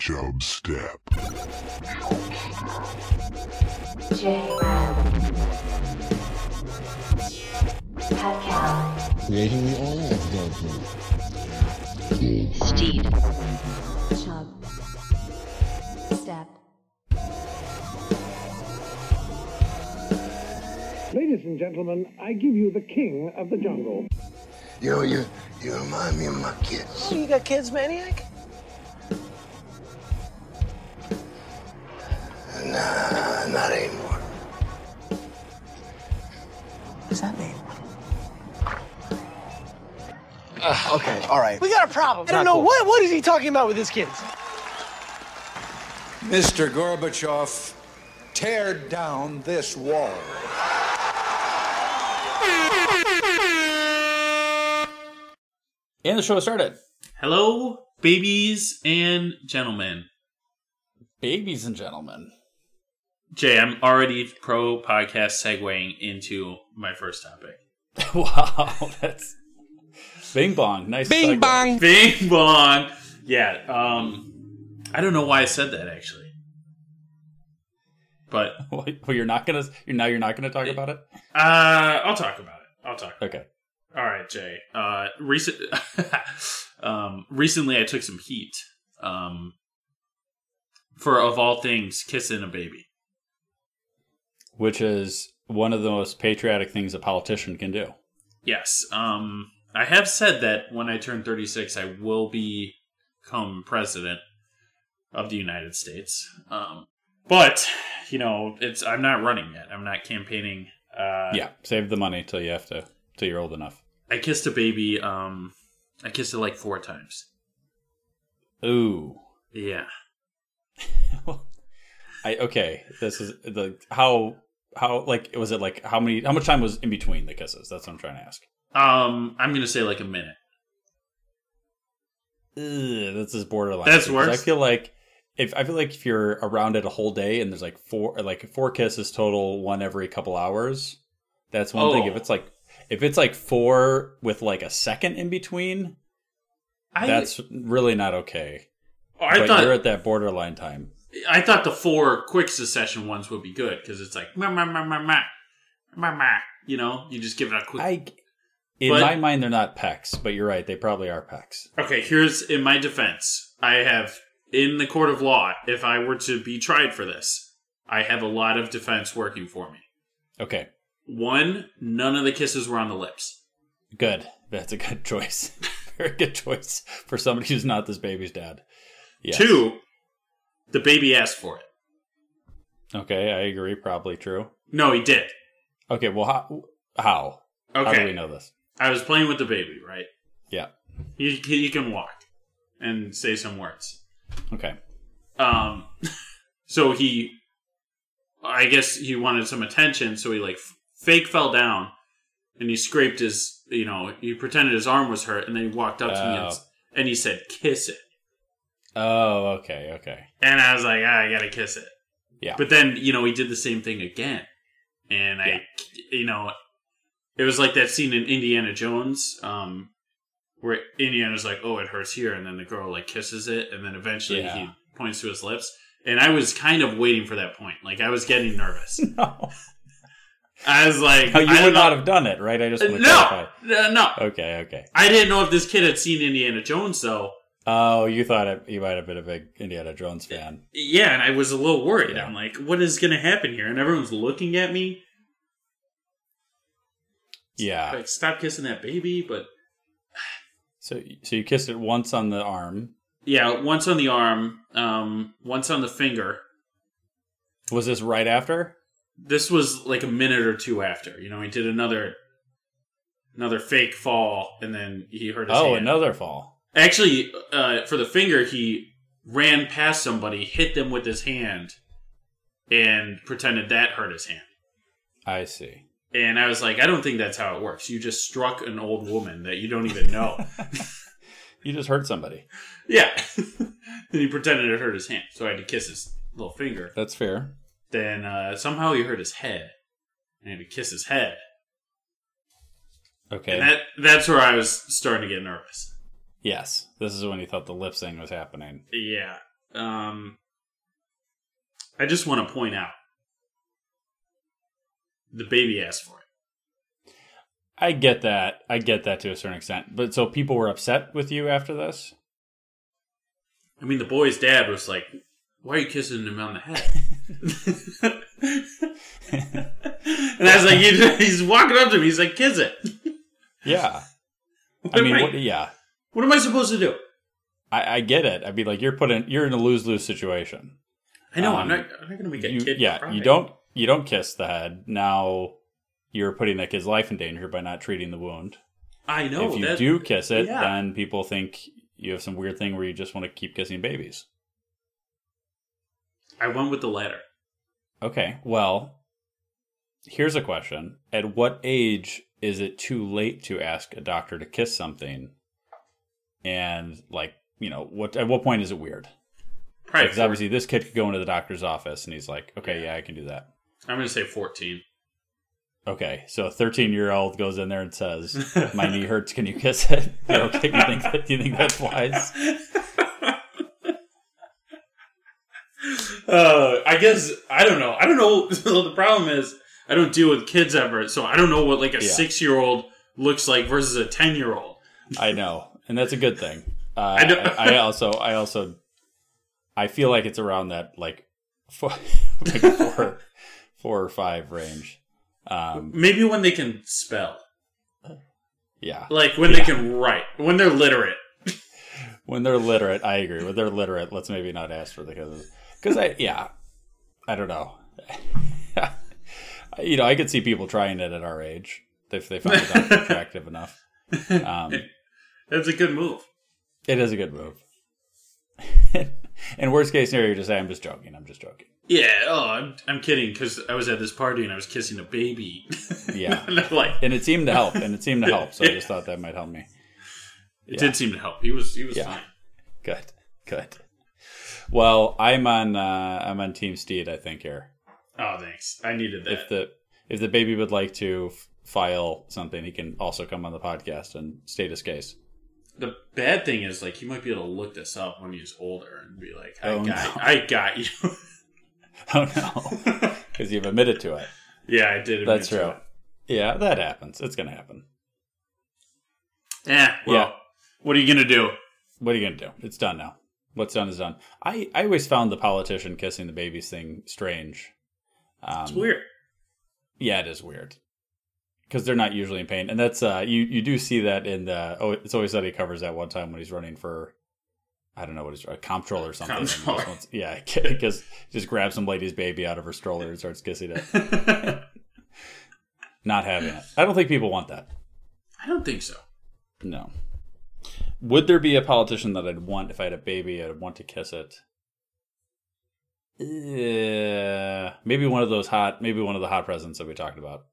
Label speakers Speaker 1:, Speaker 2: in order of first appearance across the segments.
Speaker 1: Dubstep.
Speaker 2: Creating the all of judgment.
Speaker 3: Steed.
Speaker 4: Chub. Step.
Speaker 5: Ladies and gentlemen, I give you the king of the jungle.
Speaker 6: You know, you, you remind me of my kids.
Speaker 7: You got kids, Maniac?
Speaker 6: Nah, not anymore.
Speaker 7: What does that mean?
Speaker 8: Okay, all right.
Speaker 7: We got a problem. I don't know what what is he talking about with his kids?
Speaker 9: Mr. Gorbachev, tear down this wall.
Speaker 10: And the show started.
Speaker 11: Hello, babies and gentlemen.
Speaker 10: Babies and gentlemen.
Speaker 11: Jay, I'm already pro podcast segueing into my first topic.
Speaker 10: wow, that's Bing Bong. Nice.
Speaker 2: Bing
Speaker 10: segue.
Speaker 2: bong.
Speaker 11: Bing bong. Yeah. Um, I don't know why I said that actually, but
Speaker 10: Wait, well, you're not gonna. You're, now you're not gonna talk about it.
Speaker 11: uh, I'll talk about it. I'll talk.
Speaker 10: Okay.
Speaker 11: All right, Jay. Uh, recent. um, recently I took some heat. Um, for of all things, kissing a baby.
Speaker 10: Which is one of the most patriotic things a politician can do.
Speaker 11: Yes. Um, I have said that when I turn 36, I will become president of the United States. Um, but you know, it's I'm not running yet. I'm not campaigning. Uh,
Speaker 10: yeah. Save the money till you have to. Till you're old enough.
Speaker 11: I kissed a baby. Um, I kissed it like four times.
Speaker 10: Ooh.
Speaker 11: Yeah.
Speaker 10: I okay. This is the how how like was it like how many how much time was in between the kisses? That's what I'm trying to ask.
Speaker 11: Um, I'm gonna say like a minute.
Speaker 10: Ugh, this is borderline.
Speaker 11: That's
Speaker 10: Because I
Speaker 11: worse.
Speaker 10: feel like if I feel like if you're around it a whole day and there's like four like four kisses total, one every couple hours, that's one thing.
Speaker 11: Oh.
Speaker 10: If it's like if it's like four with like a second in between,
Speaker 11: I,
Speaker 10: that's really not okay.
Speaker 11: oh, I
Speaker 10: but
Speaker 11: thought
Speaker 10: you're at that borderline time.
Speaker 11: I thought the four quick succession ones would be good because it's like ma ma ma ma ma ma ma. You know, you just give it a quick.
Speaker 10: I in
Speaker 11: But-
Speaker 10: my mind they're not pecs, but you're right, they probably are pecs.
Speaker 11: Okay, here's in my defense. I have in the court of law, if I were to be tried for this, I have a lot of defense working for me.
Speaker 10: Okay.
Speaker 11: One, none of the kisses were on the lips.
Speaker 10: Good. That's a good choice. Very good choice for somebody who's not this baby's dad. Yes.
Speaker 11: Two, the baby asked for it.
Speaker 10: Okay, I agree. Probably true.
Speaker 11: No, he did.
Speaker 10: Okay, well, how? How, how do we
Speaker 11: Okay.
Speaker 10: know this?
Speaker 11: I was playing with the baby, right?
Speaker 10: Yeah.
Speaker 11: He, he can walk and say some words.
Speaker 10: Okay.
Speaker 11: Um, so he, I guess he wanted some attention, so he like f- fake fell down, and he scraped his, you know, he pretended his arm was hurt, and then he walked up to me and, s- and he said, "Kiss it,"
Speaker 10: Oh, okay, okay.
Speaker 11: and I was like, ah, "I gotta kiss it."
Speaker 10: Yeah.
Speaker 11: But then you know he did the same thing again, and I, you know, it was like that scene in Indiana Jones, um, where Indiana's like, "Oh, it hurts here," and then the girl like kisses it, and then eventually
Speaker 10: Yeah.
Speaker 11: he points to his lips. And I was kind of waiting for that point. Like I was getting nervous.
Speaker 10: No,
Speaker 11: I was like,
Speaker 10: No, you
Speaker 11: I
Speaker 10: would
Speaker 11: don't
Speaker 10: not
Speaker 11: know-
Speaker 10: have done it, right? I just want to clarify.
Speaker 11: No, no, no.
Speaker 10: Okay, okay.
Speaker 11: I didn't know if this kid had seen Indiana Jones though.
Speaker 10: Oh, you thought it, you might have been a big Indiana Jones fan.
Speaker 11: Yeah, and I was a little worried.
Speaker 10: Yeah.
Speaker 11: I'm like, what is going to happen here? And everyone's looking at me.
Speaker 10: Yeah.
Speaker 11: Like, stop kissing that baby. But
Speaker 10: So, so you kissed it once on the arm.
Speaker 11: yeah, once on the arm, um, once on the finger.
Speaker 10: Was this right after?
Speaker 11: This was like a minute or two after. You know, he did another, another fake fall, and then he hurt his
Speaker 10: Oh,
Speaker 11: hand.
Speaker 10: another fall.
Speaker 11: Actually, uh, for the finger, he ran past somebody, hit them with his hand, and pretended that hurt his hand.
Speaker 10: I see.
Speaker 11: And I was like, I don't think that's how it works. You just struck an old woman that you don't even know.
Speaker 10: You just hurt somebody.
Speaker 11: yeah. and he pretended it hurt his hand, so I had to kiss his little finger.
Speaker 10: That's fair.
Speaker 11: Then uh, somehow he hurt his head. I had to kiss his head.
Speaker 10: Okay.
Speaker 11: And that that's where I was starting to get nervous.
Speaker 10: Yes, this is when he thought the lip sync was happening.
Speaker 11: Yeah. Um, I just want to point out the baby asked for it.
Speaker 10: I get that. I get that to a certain extent. But so people were upset with you after this?
Speaker 11: I mean, the boy's dad was like, "Why are you kissing him on the head?" and I was like, he- "He's walking up to me. He's like, kiss it.
Speaker 10: Yeah.
Speaker 11: What,
Speaker 10: I mean,
Speaker 11: am, I,
Speaker 10: what, yeah.
Speaker 11: what am I supposed to do?"
Speaker 10: I, I get it. I'd be like, you're put in, you're in a lose lose situation.
Speaker 11: I know
Speaker 10: Um,
Speaker 11: I'm not. I'm not going to make a
Speaker 10: You-
Speaker 11: kid.
Speaker 10: yeah,
Speaker 11: cry.
Speaker 10: you don't, you don't kiss the head. Now you're putting that kid's life in danger by not treating the wound.
Speaker 11: I know.
Speaker 10: if you
Speaker 11: that,
Speaker 10: do kiss it,
Speaker 11: yeah.
Speaker 10: then people think you have some weird thing where you just want to keep kissing babies.
Speaker 11: I went with the latter.
Speaker 10: Okay, well, here's a question. At what age is it too late to ask a doctor to kiss something? And like, you know, what at what point is it weird?
Speaker 11: Probably.
Speaker 10: Because obviously this kid could go into the doctor's office and he's like, Okay, yeah, I can do that.
Speaker 11: I'm going to say 14.
Speaker 10: Okay, so a thirteen year old goes in there and says, My knee hurts, can you kiss it? okay, do you think that do you think that's wise?
Speaker 11: uh, I guess I don't know. I don't know. the problem is I don't deal with kids ever, so I don't know what like a
Speaker 10: Yeah.
Speaker 11: six year old looks like versus a ten year old.
Speaker 10: I know, and that's a good thing. Uh,
Speaker 11: I know.
Speaker 10: I, I also, I also, I feel like it's around that like four, maybe four, four or five range. Um,
Speaker 11: Maybe when they can spell,
Speaker 10: yeah,
Speaker 11: like when they can write, when they're literate.
Speaker 10: when they're literate, I agree. When they're literate, let's maybe not ask for the kisses because I, yeah, I don't know. you know, I could see people trying it at our age if they find it attractive enough. Um,
Speaker 11: That's a good move.
Speaker 10: it is a good move. and worst case scenario, you just say, "I'm just joking. I'm just joking."
Speaker 11: Yeah. Oh, I'm I'm kidding because I was at this party and I was kissing a baby.
Speaker 10: Yeah.
Speaker 11: And I'm like
Speaker 10: and it seemed to help and it seemed to help so i just thought that might help me
Speaker 11: it did seem to help. He was he was
Speaker 10: Yeah.
Speaker 11: fine.
Speaker 10: good good well i'm on uh i'm on team steed i think here
Speaker 11: Oh, thanks. I needed that.
Speaker 10: if the if the baby would like to f- file something he can also come on the podcast and state his case
Speaker 11: The bad thing is, like, he might be able to look this up when he's older and be like, "I
Speaker 10: Oh,
Speaker 11: got,
Speaker 10: no.
Speaker 11: I got you."
Speaker 10: oh no because you've admitted to it
Speaker 11: yeah, I did. admit
Speaker 10: that's
Speaker 11: to
Speaker 10: true yeah that happens it's gonna happen
Speaker 11: it. Eh, well,
Speaker 10: Yeah.
Speaker 11: what are you gonna do?
Speaker 10: what are you gonna do it's done now what's done is done i i always found the politician kissing the babies thing strange um,
Speaker 11: It's weird.
Speaker 10: Yeah, it is weird because they're not usually in pain, and that's uh, you you do see that in the oh, it's always that he covers that one time when he's running for. I don't know what he's a comptroller or something. And this
Speaker 11: Comptroller.
Speaker 10: one's- yeah, because just grabs some lady's baby out of her stroller and starts kissing it,
Speaker 11: I
Speaker 10: not having it. I don't think people want that.
Speaker 11: don't think so.
Speaker 10: No. Would there be a politician that I'd want if I had a baby? I'd want to kiss it. Yeah, maybe one of those hot, maybe one of the hot presidents that we talked about.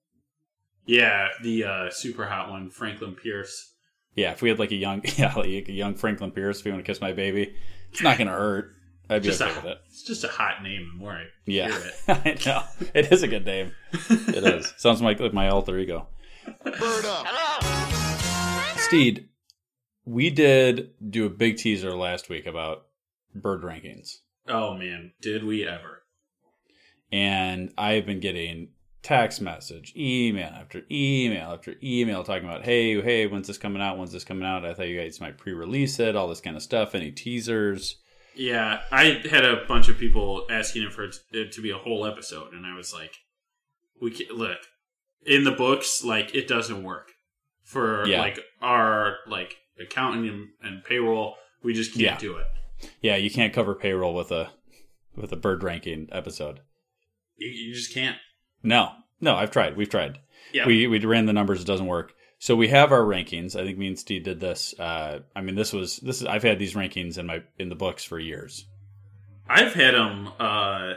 Speaker 11: Yeah, the uh, super hot one, Franklin Pierce.
Speaker 10: Yeah, if we had like a young, yeah, like a young Franklin Pierce, if you want to kiss my baby, it's not gonna hurt. I'd be
Speaker 11: Just
Speaker 10: okay
Speaker 11: a,
Speaker 10: with it.
Speaker 11: it's just a hot name. The more I
Speaker 10: Yeah,
Speaker 11: hear it,
Speaker 10: I know it is a good name. It is. Sounds like like my alter ego.
Speaker 6: Bird up.
Speaker 10: Steed, we did do a big teaser last week about bird rankings,
Speaker 11: oh man, did we ever?
Speaker 10: and I've been getting text message, email after email after email talking about, hey, hey, when's this coming out? When's this coming out? I thought you guys might pre-release it, all this kind of stuff. Any teasers?
Speaker 11: Yeah, I had a bunch of people asking it for it to be a whole episode, and I was like, "We can, look in the books, like it doesn't work for
Speaker 10: Yeah.
Speaker 11: like our like accounting and, and payroll. We just can't
Speaker 10: Yeah.
Speaker 11: do it.
Speaker 10: Yeah, you can't cover payroll with a with a bird ranking episode.
Speaker 11: You, you just can't.
Speaker 10: No, no, I've tried. We've tried.
Speaker 11: Yeah,
Speaker 10: We we ran the numbers. It doesn't work. So we have our rankings. I think me and Steve did this. Uh, I mean, this was this is I've had these rankings in my in the books for years.
Speaker 11: I've had them, uh,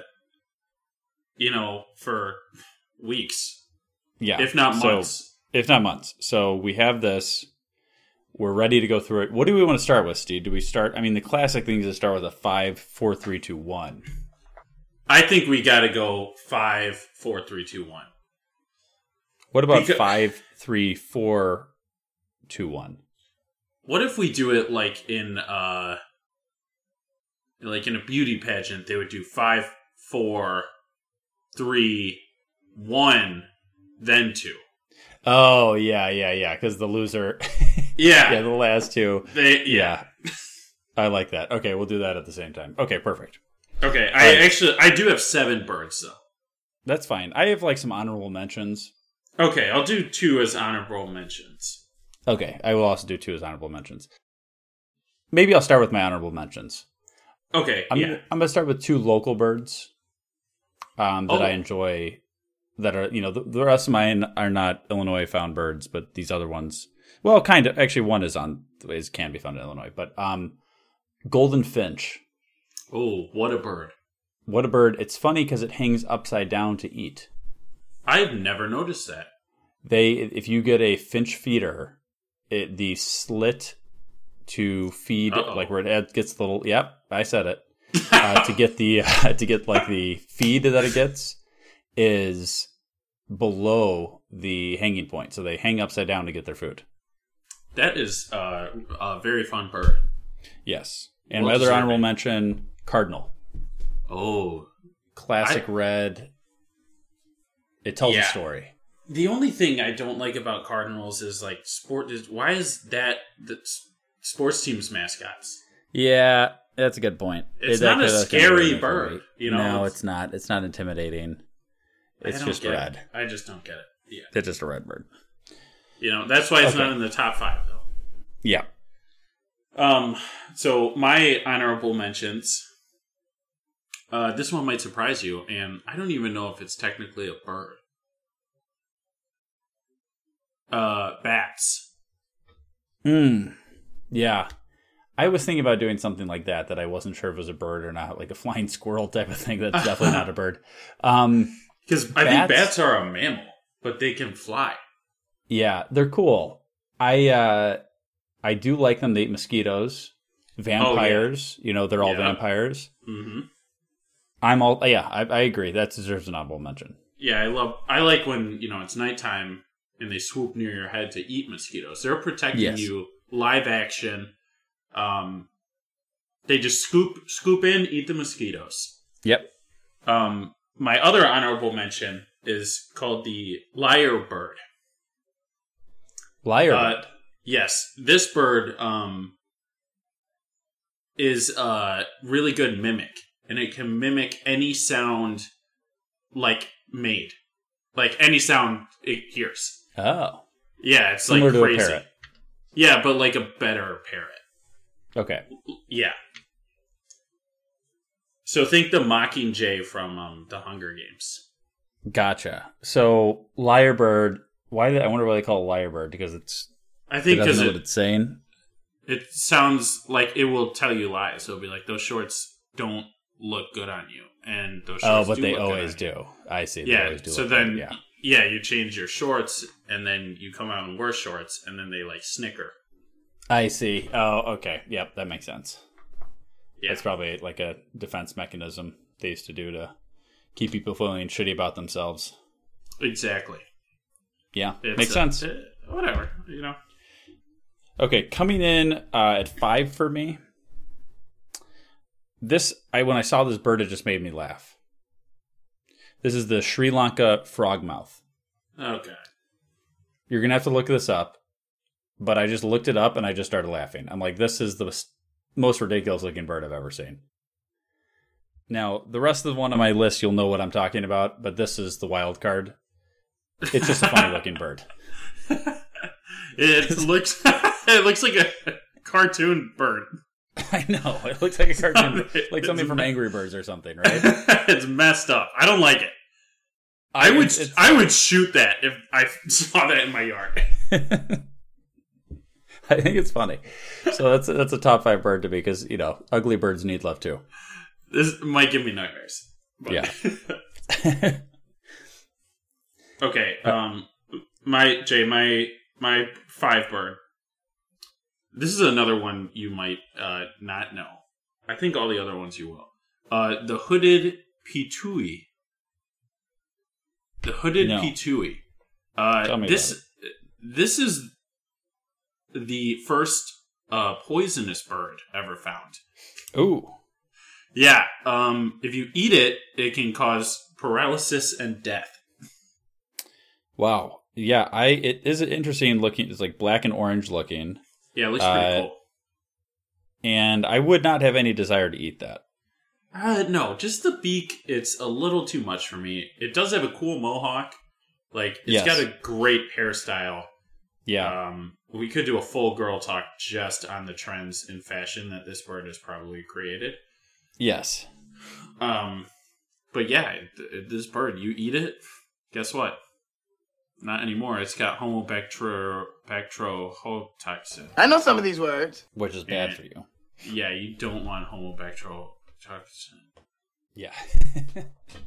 Speaker 11: you know, for weeks,
Speaker 10: Yeah,
Speaker 11: if not
Speaker 10: So-
Speaker 11: months.
Speaker 10: if not months. So we have this. We're ready to go through it. What do we want to start with, Steve? Do we start? I mean, the classic thing is to start with a five, four, three, two, one.
Speaker 11: I think we got to go five, four, three, two, one.
Speaker 10: What about
Speaker 11: Because-
Speaker 10: five, three, four, two, one?
Speaker 11: What if we do it like in uh like in a beauty pageant, they would do five, four, three, one, then two.
Speaker 10: Oh yeah, yeah, yeah. Because the loser,
Speaker 11: Yeah.
Speaker 10: yeah, the last two.
Speaker 11: They yeah.
Speaker 10: Yeah, I like that. Okay, we'll do that at the same time. Okay, perfect.
Speaker 11: Okay. I
Speaker 10: Right.
Speaker 11: actually I do have seven birds though.
Speaker 10: That's fine. I have like some honorable mentions.
Speaker 11: Okay, I'll do two as honorable mentions.
Speaker 10: Okay, I will also do two as honorable mentions. Maybe I'll start with my honorable mentions.
Speaker 11: Okay,
Speaker 10: I'm
Speaker 11: yeah.
Speaker 10: gonna, I'm gonna start with two local birds um, that
Speaker 11: Oh.
Speaker 10: I enjoy. That are you know the, the rest of mine are not Illinois found birds, but these other ones, well, kind of actually one is on is can be found in Illinois, but um, golden finch.
Speaker 11: Oh, what a bird.
Speaker 10: What a bird! It's funny because it hangs upside down to eat.
Speaker 11: I've never noticed that.
Speaker 10: They if you get a finch feeder, it, the slit to feed
Speaker 11: Uh-oh.
Speaker 10: like where it ad- gets the little. Yep, I said it. uh, to get the uh, to get like the feed that it gets is below the hanging point, so they hang upside down to get their food.
Speaker 11: That is uh, a very fun bird.
Speaker 10: Yes, and
Speaker 11: Well
Speaker 10: my other honorable
Speaker 11: deserved.
Speaker 10: mention: cardinal,
Speaker 11: Oh.
Speaker 10: classic red. It tells a
Speaker 11: Yeah.
Speaker 10: story.
Speaker 11: The only thing I don't like about Cardinals is like sport is why is that the s- sports teams mascots?
Speaker 10: Yeah, that's a good point.
Speaker 11: It's
Speaker 10: That
Speaker 11: not a
Speaker 10: could- that could
Speaker 11: scary
Speaker 10: be a
Speaker 11: bird,
Speaker 10: movie.
Speaker 11: you know?
Speaker 10: No, it's not. It's not intimidating.
Speaker 11: I
Speaker 10: It's
Speaker 11: don't
Speaker 10: just
Speaker 11: get
Speaker 10: red.
Speaker 11: It. I just don't get it. Yeah.
Speaker 10: It's just a red bird.
Speaker 11: You know, that's why it's
Speaker 10: Okay.
Speaker 11: not in the top 5 though.
Speaker 10: Yeah.
Speaker 11: Um so my honorable mentions uh this one might surprise you and I don't even know if it's technically a bird. Uh bats.
Speaker 10: Mm. Yeah. I was thinking about doing something like that that I wasn't sure if it was a bird or not, like a flying squirrel type of thing. That's definitely not a bird. Um,
Speaker 11: Because I think
Speaker 10: Bats?
Speaker 11: bats are a mammal, but they can fly.
Speaker 10: yeah, they're cool. I uh, I do like them. They eat mosquitoes, vampires. You know, they're all
Speaker 11: Oh, Yeah.
Speaker 10: vampires.
Speaker 11: hmm
Speaker 10: I'm all yeah. I, I agree. That deserves an honorable mention.
Speaker 11: Yeah, I love. I like when you know it's nighttime and they swoop near your head to eat mosquitoes. They're protecting
Speaker 10: Yes.
Speaker 11: you live action. Um, they just scoop scoop in, eat the mosquitoes.
Speaker 10: Yep.
Speaker 11: Um, my other honorable mention is called the lyre bird.
Speaker 10: Liar.
Speaker 11: Uh, yes, this bird um, is a really good mimic, and it can mimic any sound like made, like any sound it hears.
Speaker 10: oh,
Speaker 11: Yeah, it's
Speaker 10: similar
Speaker 11: like
Speaker 10: to
Speaker 11: crazy.
Speaker 10: a parrot.
Speaker 11: Yeah, but like a better parrot.
Speaker 10: Okay.
Speaker 11: Yeah. So think the Mockingjay from um, the Hunger Games.
Speaker 10: Gotcha. So lyrebird. Why? Did, I wonder why they call it lyrebird because it's
Speaker 11: I
Speaker 10: it
Speaker 11: think
Speaker 10: doesn't
Speaker 11: because
Speaker 10: know
Speaker 11: it,
Speaker 10: what it's saying.
Speaker 11: it sounds like it will tell you lies. It'll be like those shorts don't look good on you, and those
Speaker 10: Oh,
Speaker 11: shorts
Speaker 10: but
Speaker 11: do
Speaker 10: they
Speaker 11: look good
Speaker 10: always
Speaker 11: on you.
Speaker 10: do. I see. They
Speaker 11: Yeah.
Speaker 10: always do
Speaker 11: So
Speaker 10: look
Speaker 11: then,
Speaker 10: good,
Speaker 11: yeah.
Speaker 10: yeah.
Speaker 11: you change your shorts, and then you come out in worse shorts, and then they like snicker.
Speaker 10: I see. Oh, okay. Yep, that makes sense.
Speaker 11: Yeah.
Speaker 10: It's probably like a defense mechanism they used to do to keep people feeling shitty about themselves.
Speaker 11: exactly.
Speaker 10: Yeah,
Speaker 11: It's,
Speaker 10: makes
Speaker 11: uh,
Speaker 10: sense.
Speaker 11: uh, whatever. You know.
Speaker 10: Okay, coming in uh, at five for me. This I when I saw this bird, it just made me laugh. This is the Sri Lanka frogmouth.
Speaker 11: Okay.
Speaker 10: You're gonna have to look this up, but I just looked it up and I just started laughing. I'm like, this is the s- most ridiculous looking bird I've ever seen. Now, the rest of the one on my list, you'll know what I'm talking about, but this is the wild card. It's just a funny looking bird.
Speaker 11: It looks. it looks like a cartoon bird.
Speaker 10: I know it looks like a cartoon, like something from Angry Birds or something, right?
Speaker 11: it's messed up. I don't like it. I would
Speaker 10: It's- it's-
Speaker 11: I would shoot that if I saw that in my yard.
Speaker 10: I think it's funny. So that's that's a top five bird to me because you know ugly birds need love too.
Speaker 11: This might give me nightmares. But-
Speaker 10: Yeah.
Speaker 11: okay. Um. My Jay. My my five bird. This is another one you might uh, not know. I think all the other ones you will. Uh, the hooded pitui. The hooded
Speaker 10: No.
Speaker 11: pitui. Uh,
Speaker 10: Tell me
Speaker 11: this this is the first uh, poisonous bird ever found.
Speaker 10: Ooh.
Speaker 11: Yeah, um, if you eat it, it can cause paralysis and death.
Speaker 10: Wow. Yeah, I it is interesting looking. It's like black and orange looking,
Speaker 11: Yeah, it looks pretty
Speaker 10: Uh,
Speaker 11: cool.
Speaker 10: and I would not have any desire to eat that.
Speaker 11: Uh, no, just the beak. It's a little too much for me. It does have a cool mohawk. Like it's
Speaker 10: Yes.
Speaker 11: got a great hairstyle.
Speaker 10: Yeah.
Speaker 11: Um, we could do a full girl talk just on the trends in fashion that this bird has probably created.
Speaker 10: yes.
Speaker 11: Um, but yeah, th- this bird, you eat it. Guess what? Not anymore. It's got Homo bactro bactrohotoxin.
Speaker 8: I know some of these words.
Speaker 10: Which is bad
Speaker 11: Yeah.
Speaker 10: for you.
Speaker 11: Yeah, you don't want Homo bactrohotoxin.
Speaker 10: Yeah.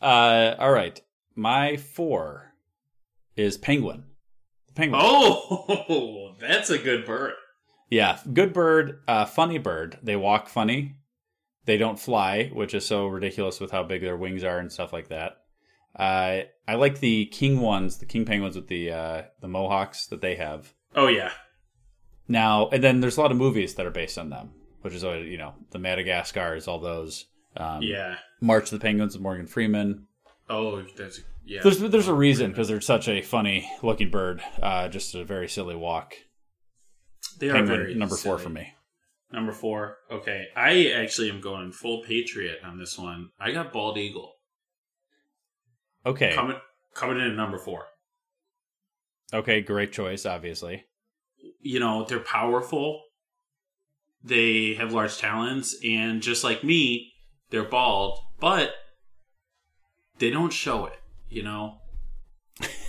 Speaker 10: uh, all right. My four is penguin. Penguin.
Speaker 11: Oh, that's a good bird.
Speaker 10: Yeah, good bird, uh, funny bird. They walk funny. They don't fly, which is so ridiculous with how big their wings are and stuff like that. Uh, I like the king ones, the king penguins with the uh, the mohawks that they have
Speaker 11: Oh yeah,
Speaker 10: now. And then there's a lot of movies that are based on them, which is always, you know the Madagascar's, all those. Um,
Speaker 11: yeah.
Speaker 10: March of the Penguins with Morgan Freeman.
Speaker 11: Oh, that's yeah.
Speaker 10: There's there's a reason because they're such a funny looking bird. Uh, just a very silly walk.
Speaker 11: they are very
Speaker 10: Penguin number four
Speaker 11: silly.
Speaker 10: for me.
Speaker 11: Number four. Okay, I actually am going full patriot on this one. I got bald eagle
Speaker 10: Okay,
Speaker 11: coming coming in at number four.
Speaker 10: okay, great choice, obviously.
Speaker 11: You know they're powerful. They have large talons, and just like me, they're bald, but they don't show it. You know,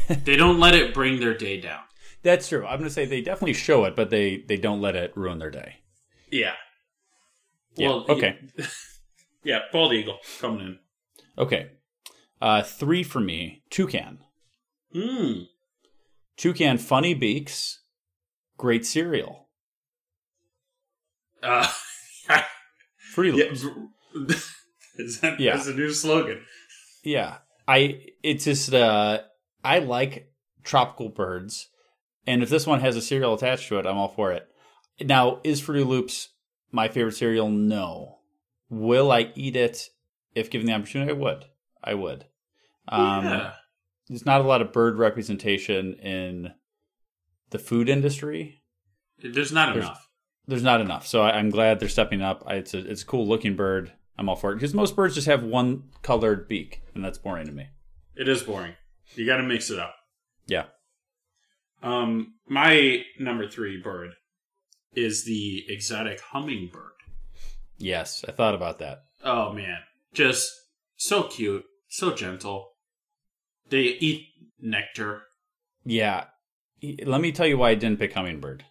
Speaker 11: they don't let it bring their day down.
Speaker 10: That's true. I'm going to say they definitely show it, but they they don't let it ruin their day.
Speaker 11: Yeah.
Speaker 10: Yeah, okay.
Speaker 11: y- yeah, bald eagle coming in.
Speaker 10: Okay, uh, three for me. Toucan.
Speaker 11: Hmm.
Speaker 10: Toucan. Funny beaks. Great cereal.
Speaker 11: Uh,
Speaker 10: Fruity
Speaker 11: yeah.
Speaker 10: Loops.
Speaker 11: Is that,
Speaker 10: Yeah.
Speaker 11: That's a new slogan.
Speaker 10: Yeah. I it's just uh I like tropical birds and if this one has a cereal attached to it, I'm all for it. Now, is Fruity Loops my favorite cereal? No. Will I eat it if given the opportunity? I would. I would. Um
Speaker 11: yeah.
Speaker 10: there's not a lot of bird representation in the food industry.
Speaker 11: There's not
Speaker 10: there's-
Speaker 11: enough.
Speaker 10: There's not enough. So I, I'm glad they're stepping up. I, it's a it's a cool looking bird. I'm all for it because most birds just have one colored beak, and that's boring to me.
Speaker 11: It is boring. You got to mix it up.
Speaker 10: Yeah.
Speaker 11: Um, my number three bird is the exotic hummingbird.
Speaker 10: Yes, I thought about that.
Speaker 11: Oh man, just so cute, so gentle. They eat nectar.
Speaker 10: Yeah. E- Let me tell you why I didn't pick hummingbird.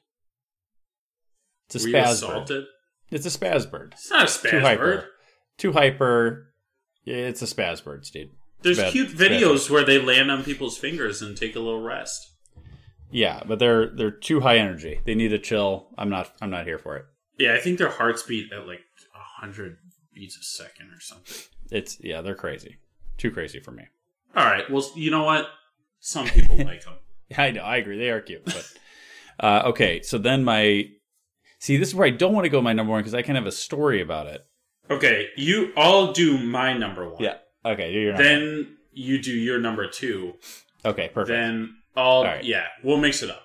Speaker 10: It's a
Speaker 11: Were you
Speaker 10: spaz bird.
Speaker 11: assaulted?
Speaker 10: It's a spaz bird.
Speaker 11: It's not a
Speaker 10: Too
Speaker 11: spaz
Speaker 10: hyper.
Speaker 11: bird.
Speaker 10: Too hyper. Yeah, It's a spaz bird, Steve.
Speaker 11: There's
Speaker 10: Spaz-
Speaker 11: cute
Speaker 10: spaz bird.
Speaker 11: videos where they land on people's fingers and take a little rest.
Speaker 10: Yeah, but they're they're too high energy. They need to chill. I'm not I'm not here for it.
Speaker 11: Yeah, I think their hearts beat at like 100 beats a second or something.
Speaker 10: It's yeah, they're crazy. Too crazy for me.
Speaker 11: All right, well, you know what? Some people like them.
Speaker 10: I know, I agree. They are cute, but uh, okay. So then my see, this is where I don't want to go my number one because I can have a story about it.
Speaker 11: Okay, you all do my number one.
Speaker 10: Okay. You're not
Speaker 11: Then you do your number two.
Speaker 10: okay. Perfect.
Speaker 11: Then I'll,
Speaker 10: All right.
Speaker 11: yeah, we'll mix it up.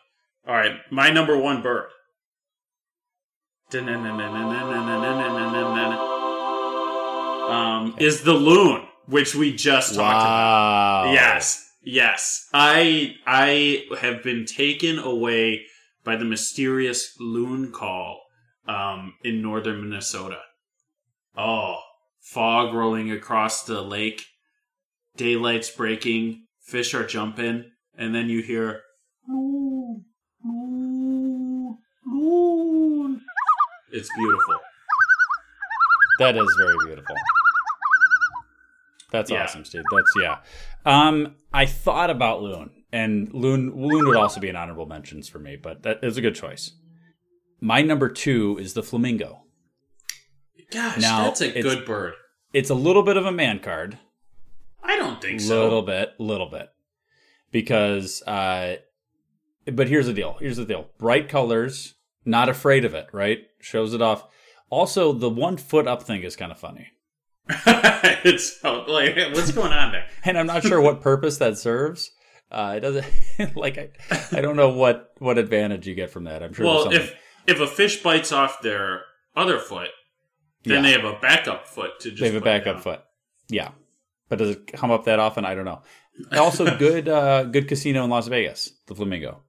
Speaker 11: All right, my number one bird. Um, is the loon, which we just talked about.
Speaker 10: wow.
Speaker 11: Yes, yes. I I have been taken away by the mysterious loon call um, in northern Minnesota. Oh, fog rolling across the lake, daylight's breaking, fish are jumping, and then you hear loon, loon, loon. It's beautiful.
Speaker 10: That is very beautiful. That's
Speaker 11: Yeah.
Speaker 10: awesome, Steve. That's yeah. Um, I thought about Loon, and Loon Loon would also be an honorable mentions for me, but that is a good choice. My number two is the flamingo.
Speaker 11: Gosh,
Speaker 10: Now,
Speaker 11: that's a
Speaker 10: it's-
Speaker 11: good bird.
Speaker 10: It's a little bit of a man card,
Speaker 11: I don't think so.
Speaker 10: little bit, little bit, because uh, but here's the deal. Here's the deal. Bright colors, Not afraid of it, right? Shows it off. Also, the one foot up thing is kind of funny.
Speaker 11: it's oh, like what's going on there?
Speaker 10: and I'm not sure what purpose that serves. Uh, it doesn't like I, I don't know what what advantage you get from that. I'm sure.
Speaker 11: well,
Speaker 10: there's
Speaker 11: if if a fish bites off their other foot, then
Speaker 10: Yeah.
Speaker 11: they have a backup foot to just
Speaker 10: they have a
Speaker 11: put it
Speaker 10: backup
Speaker 11: down.
Speaker 10: foot, yeah, but does it come up that often? I don't know. Also, good uh, good casino in Las Vegas, the Flamingo.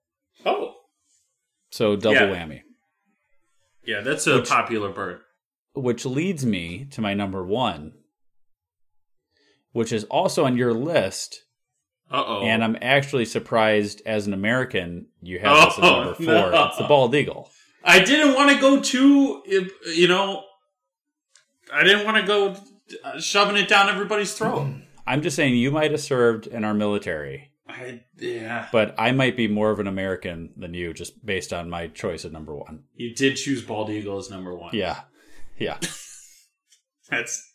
Speaker 11: Oh,
Speaker 10: So double
Speaker 11: Yeah.
Speaker 10: whammy.
Speaker 11: yeah, that's a popular bird.
Speaker 10: Which leads me to my number one, which is also on your list,
Speaker 11: Uh oh.
Speaker 10: and I'm actually surprised as an American you have this at
Speaker 11: Oh,
Speaker 10: number four.
Speaker 11: no.
Speaker 10: It's the bald eagle.
Speaker 11: I didn't want to go too, you know, I didn't want to go uh, shoving it down everybody's throat.
Speaker 10: I'm just saying you might have served in our military.
Speaker 11: I, yeah.
Speaker 10: but I might be more of an American than you just based on my choice at number one.
Speaker 11: You did choose bald eagle as number one.
Speaker 10: Yeah. Yeah.
Speaker 11: That's,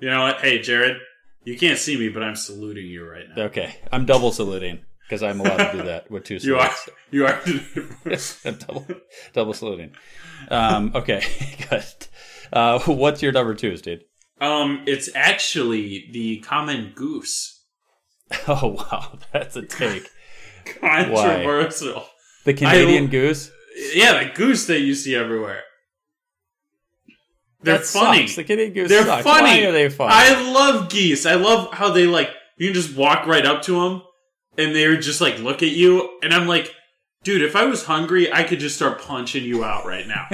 Speaker 11: you know what? Hey, Jared, you can't see me, but I'm saluting you right now.
Speaker 10: Okay. I'm double saluting because I'm allowed to do that with two
Speaker 11: You are,
Speaker 10: salutes.
Speaker 11: you are.
Speaker 10: I'm double, double saluting. Um, okay. Good. Uh, what's your number twos, dude?
Speaker 11: um, it's actually the common goose.
Speaker 10: Oh, wow. That's a take.
Speaker 11: Controversial.
Speaker 10: The Canadian
Speaker 11: I-
Speaker 10: goose.
Speaker 11: Yeah, the goose that you see everywhere. They're
Speaker 10: That
Speaker 11: funny.
Speaker 10: sucks. The Canadian goose
Speaker 11: They're
Speaker 10: sucks.
Speaker 11: funny.
Speaker 10: Why are they funny?
Speaker 11: I love geese. I love how they like you can just walk right up to them and they're just like look at you and I'm like, dude, if I was hungry, I could just start punching you out right now.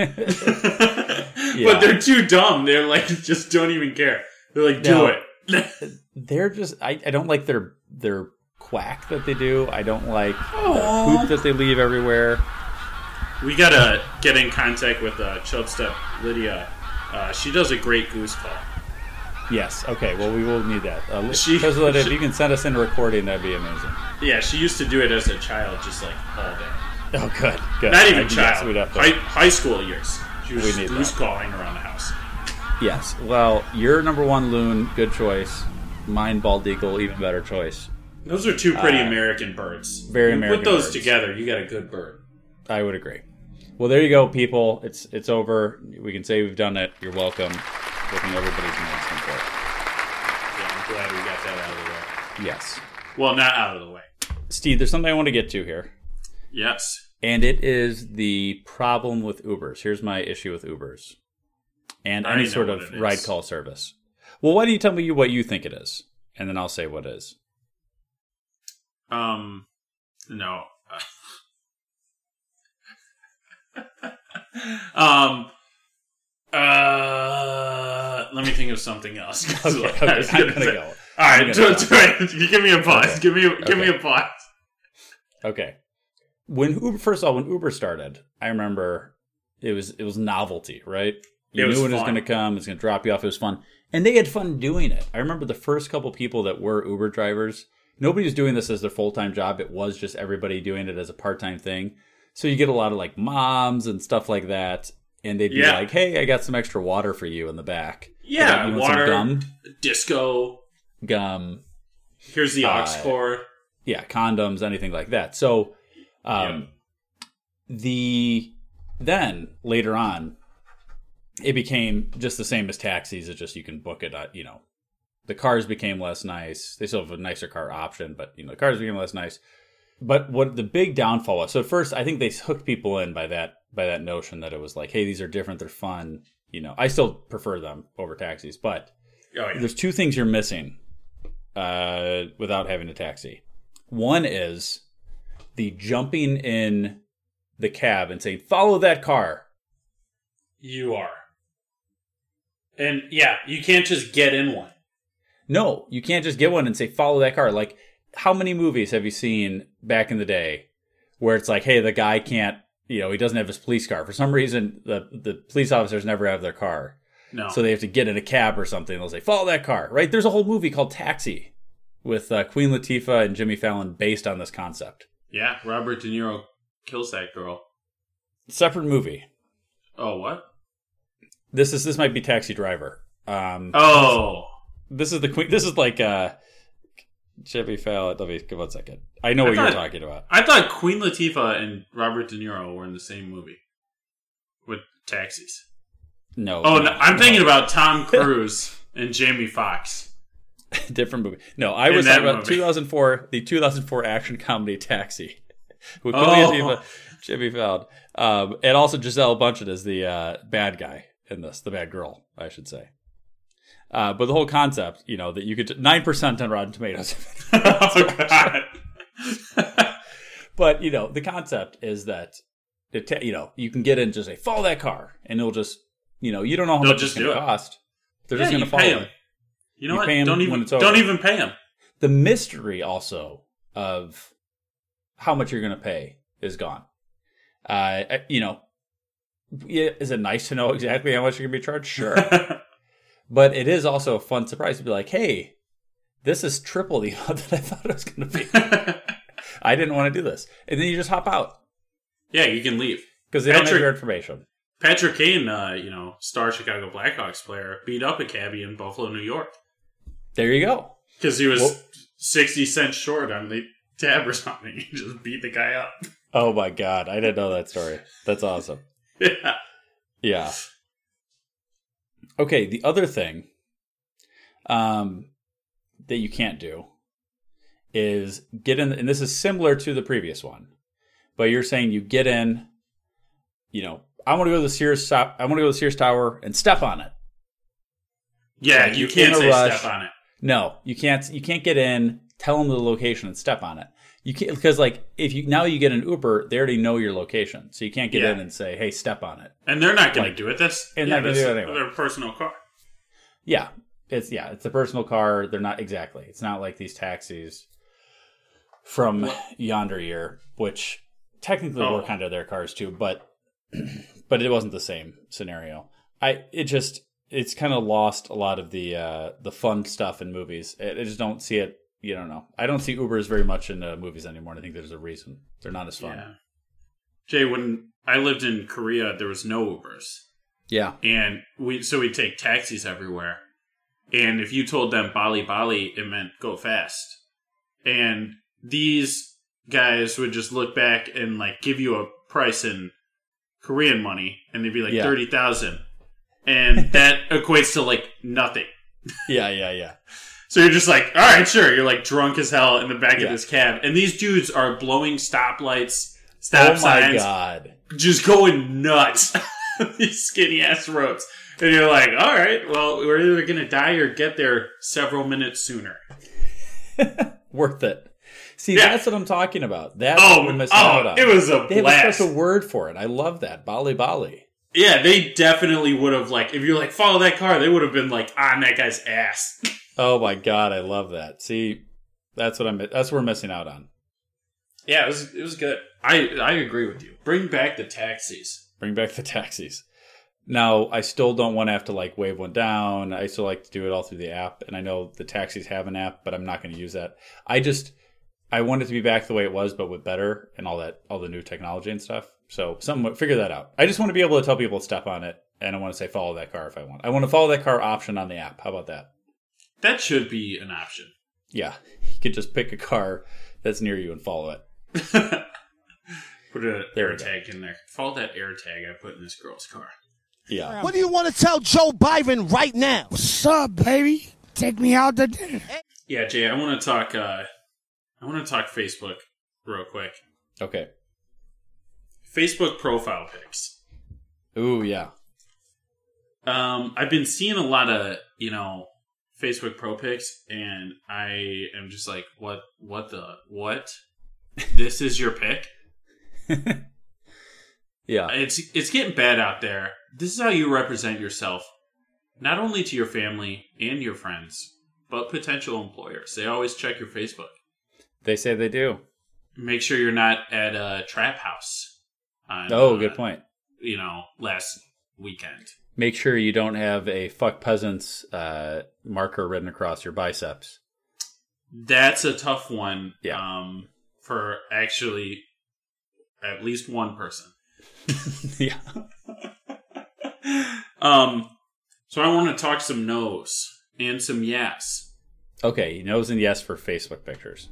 Speaker 11: But they're too dumb. They're like just don't even care. They're like do
Speaker 10: No.
Speaker 11: it.
Speaker 10: They're just, I, I don't like their, their quack that they do. I don't like the poop that they leave everywhere.
Speaker 11: We gotta get in contact with uh, Chubstep Lydia. Uh, she does a great goose call.
Speaker 10: Yes. Okay. Well, we will need that. Uh,
Speaker 11: She-
Speaker 10: because of that, if
Speaker 11: she-
Speaker 10: you can send us in a recording, that'd be amazing.
Speaker 11: Yeah, she used to do it as a child, just like all day.
Speaker 10: Oh, good. Good.
Speaker 11: Not even
Speaker 10: Yes,
Speaker 11: child.
Speaker 10: we'd have to-
Speaker 11: high, high school years. She was
Speaker 10: We need
Speaker 11: goose
Speaker 10: that.
Speaker 11: calling around the house.
Speaker 10: Yes. Well, your number one loon, good choice. Mine, bald eagle, even better choice.
Speaker 11: Those are two pretty American birds.
Speaker 10: Uh, very
Speaker 11: You
Speaker 10: American
Speaker 11: Put those
Speaker 10: birds.
Speaker 11: together, you got a good bird.
Speaker 10: I would agree. Well, there you go, people. It's it's over. We can say we've done it. You're welcome. Looking everybody's names for
Speaker 11: Yeah, I'm glad we got that out of the way.
Speaker 10: it. Yes.
Speaker 11: Well, not out of the way.
Speaker 10: Steve, there's something I want to get to here,
Speaker 11: Yes.
Speaker 10: and it is the problem with Ubers. Here's my issue with Ubers, and
Speaker 11: I
Speaker 10: any
Speaker 11: know
Speaker 10: sort
Speaker 11: what
Speaker 10: of
Speaker 11: it
Speaker 10: ride
Speaker 11: is.
Speaker 10: call service. Well, why don't you tell me you what you think it is, and then I'll say what it is.
Speaker 11: Um, no. um. Uh, let me think of something else.
Speaker 10: Okay, okay,
Speaker 11: I was
Speaker 10: I'm gonna
Speaker 11: say-
Speaker 10: go.
Speaker 11: All
Speaker 10: I'm
Speaker 11: right,
Speaker 10: gonna
Speaker 11: do, do it. Give me a pause. Give me, give me
Speaker 10: okay.
Speaker 11: a pause.
Speaker 10: Okay. When Uber first of all, when Uber started, I remember it was it was novelty, right? You
Speaker 11: It was
Speaker 10: knew when it was
Speaker 11: fun.
Speaker 10: going to come, it's going to drop you off. It was fun, and they had fun doing it. I remember the first couple people that were Uber drivers. Nobody was doing this as their full time job. It was just everybody doing it as a part time thing. So you get a lot of like moms and stuff like that, and they'd be
Speaker 11: Yeah.
Speaker 10: like, "Hey, I got some extra water for you in the back.
Speaker 11: Yeah,
Speaker 10: you want
Speaker 11: water,
Speaker 10: some gum,
Speaker 11: disco.
Speaker 10: gum,
Speaker 11: Here's the aux
Speaker 10: Uh,
Speaker 11: cord.
Speaker 10: yeah, condoms, anything like that. So, um, the then later on, it became just the same as taxis. It's just you can book it. At, you know, the cars became less nice. They still have a nicer car option, but you know, the cars became less nice. But what the big downfall was? So at first, I think they hooked people in by that by that notion that it was like, hey, these are different. They're fun. You know, I still prefer them over taxis, but
Speaker 11: Oh, yeah.
Speaker 10: there's two things you're missing uh, without having a taxi. One is the jumping in the cab and saying, "Follow that car."
Speaker 11: You are. And yeah, you can't just get in one.
Speaker 10: No, you can't just get one and say, "Follow that car." Like, how many movies have you seen back in the day where it's like, "Hey, the guy can't." You know, he doesn't have his police car. For some reason, the, the police officers never have their car.
Speaker 11: No.
Speaker 10: So they have to get in a cab or something. They'll say, follow that car, right? There's a whole movie called Taxi with uh, Queen Latifah and Jimmy Fallon based on this concept.
Speaker 11: yeah, Robert De Niro kills that girl.
Speaker 10: separate movie.
Speaker 11: Oh, what?
Speaker 10: This is this might be Taxi Driver. Um,
Speaker 11: Oh.
Speaker 10: this is the queen. This is like uh, Jimmy Fallon. Let me give one second. I know what
Speaker 11: I
Speaker 10: you're
Speaker 11: thought-
Speaker 10: talking about.
Speaker 11: I thought Queen Latifah and Robert De Niro were in the same movie. taxis.
Speaker 10: No.
Speaker 11: Oh, no, I'm thinking about Tom Cruise and Jamie Foxx.
Speaker 10: different movie. No, I
Speaker 11: In
Speaker 10: was
Speaker 11: that
Speaker 10: talking about
Speaker 11: movie.
Speaker 10: 2004, the 2004 action comedy Taxi, with
Speaker 11: Oh.
Speaker 10: Billy Zeba, Jimmy Fallon, um, and also Giselle Bundchen as the uh, bad guy in this, the bad girl, I should say. Uh, but the whole concept, you know, that you could nine percent on Rotten Tomatoes.
Speaker 11: oh God.
Speaker 10: but you know, the concept is that it ta- you know you can get in and just say follow that car, and it'll just you know you don't know how
Speaker 11: They'll
Speaker 10: much
Speaker 11: just
Speaker 10: it's
Speaker 11: do
Speaker 10: going
Speaker 11: it.
Speaker 10: to cost. They're
Speaker 11: Yeah,
Speaker 10: just going
Speaker 11: you
Speaker 10: to
Speaker 11: pay
Speaker 10: follow
Speaker 11: 'em.
Speaker 10: it.
Speaker 11: You know
Speaker 10: You
Speaker 11: what?
Speaker 10: pay 'em
Speaker 11: Don't
Speaker 10: when
Speaker 11: even
Speaker 10: it's over.
Speaker 11: don't even pay him.
Speaker 10: the mystery also of how much you're going to pay is gone. Uh, I- you know, yeah, is it nice to know exactly how much you're going to be charged? Sure, but it is also a fun surprise to be like, hey, this is triple the amount that I thought it was going to be. I didn't want to do this, and then you just hop out
Speaker 11: yeah, you can leave.
Speaker 10: because they don't have
Speaker 11: Patrick-
Speaker 10: your information.
Speaker 11: Patrick Kane, uh, you know, star Chicago Blackhawks player, beat up a cabbie in Buffalo, New York,
Speaker 10: There you go.
Speaker 11: because he was
Speaker 10: Well-
Speaker 11: sixty cents short on the tab or something. He just beat the guy up.
Speaker 10: Oh my god, I didn't know that story. That's awesome.
Speaker 11: yeah.
Speaker 10: Yeah. Okay, the other thing um that you can't do is get in and this is similar to the previous one. But you're saying you get in you know, I want to go to the Sears so- I want to go to the Sears Tower and step on it.
Speaker 11: Yeah,
Speaker 10: Yeah,
Speaker 11: you
Speaker 10: you're
Speaker 11: can't
Speaker 10: in a
Speaker 11: say
Speaker 10: rush.
Speaker 11: step on it.
Speaker 10: No, you can't you can't get in, tell them the location and step on it. You can't because like if you now you get an Uber, they already know your location. So you can't get
Speaker 11: Yeah.
Speaker 10: in and say, "Hey, step on it."
Speaker 11: And they're not going
Speaker 10: Like-
Speaker 11: to do it. That's,
Speaker 10: And
Speaker 11: yeah,
Speaker 10: not gonna
Speaker 11: that's
Speaker 10: do it anyway.
Speaker 11: their personal car.
Speaker 10: Yeah, it's yeah, it's a personal car. They're not exactly. It's not like these taxis from yonder year, which technically
Speaker 11: Oh.
Speaker 10: were kind of their cars too, but but it wasn't the same scenario. I it just it's kind of lost a lot of the uh the fun stuff in movies. I, I just don't see it. You don't know. I don't see Ubers very much in uh, movies anymore. And I think there's a reason they're not as fun.
Speaker 11: Yeah. Jay, when I lived in Korea, there was no Ubers.
Speaker 10: yeah.
Speaker 11: and we so we take taxis everywhere. And if you told them Bali Bali, it meant go fast. And these guys would just look back and like give you a price in Korean money, and they'd be like
Speaker 10: Yeah.
Speaker 11: thirty thousand, and that equates to like nothing.
Speaker 10: Yeah, yeah, yeah.
Speaker 11: So you're just like, all right, sure. You're like drunk as hell in the back
Speaker 10: Yeah.
Speaker 11: of this cab, and these dudes are blowing stoplights, stop
Speaker 10: oh my
Speaker 11: signs,
Speaker 10: god.
Speaker 11: just going nuts these skinny ass ropes and you're like all right well we're either gonna die or get there several minutes sooner
Speaker 10: Worth it. See,
Speaker 11: Yeah.
Speaker 10: that's what I'm talking about. That's what we're
Speaker 11: oh,
Speaker 10: missing out
Speaker 11: oh
Speaker 10: on.
Speaker 11: it was a
Speaker 10: They have a
Speaker 11: blast
Speaker 10: special word for it. I love that. Bali Bali.
Speaker 11: yeah they definitely would have like if you're like follow that car they would have been like on that guy's ass
Speaker 10: Oh my god, I love that. See, that's what I'm that's what we're missing out on.
Speaker 11: yeah it was it was good i i agree with you bring back the taxis
Speaker 10: Bring back the taxis. Now, I still don't want to have to like wave one down. I still like to do it all through the app, and I know the taxis have an app, but I'm not going to use that. I just I want it to be back the way it was, but with better and all that, all the new technology and stuff. So, someone figure that out. I just want to be able to tell people to step on it, and I want to say follow that car if I want. I want to follow that car option on the app. How about that?
Speaker 11: that should be an option
Speaker 10: Yeah, you could just pick a car that's near you and follow it.
Speaker 11: put an
Speaker 10: There
Speaker 11: air
Speaker 10: we go.
Speaker 11: tag in there follow that air tag i put in this girl's car
Speaker 10: Yeah.
Speaker 1: What do you want to tell Joe Biden right now?
Speaker 2: What's up, baby? Take me out to dinner.
Speaker 11: yeah jay i want to talk uh i want to talk facebook real quick
Speaker 10: Okay.
Speaker 11: Facebook profile pics.
Speaker 10: Ooh, yeah.
Speaker 11: Um, I've been seeing a lot of you know Facebook pro pics, and I am just like, what, what the, what? this is your pic.
Speaker 10: Yeah.
Speaker 11: It's it's getting bad out there. This is how you represent yourself, not only to your family and your friends, but potential employers. They always check your Facebook.
Speaker 10: They say they do.
Speaker 11: Make sure you're not at a trap house. On,
Speaker 10: Oh,
Speaker 11: uh,
Speaker 10: good point.
Speaker 11: You know, last weekend.
Speaker 10: Make sure you don't have a fuck peasants uh, marker written across your biceps.
Speaker 11: That's a tough one.
Speaker 10: Yeah.
Speaker 11: Um, for actually at least one person.
Speaker 10: yeah.
Speaker 11: Um, so I want to talk some no's and some yes.
Speaker 10: Okay, no's and yes for Facebook pictures.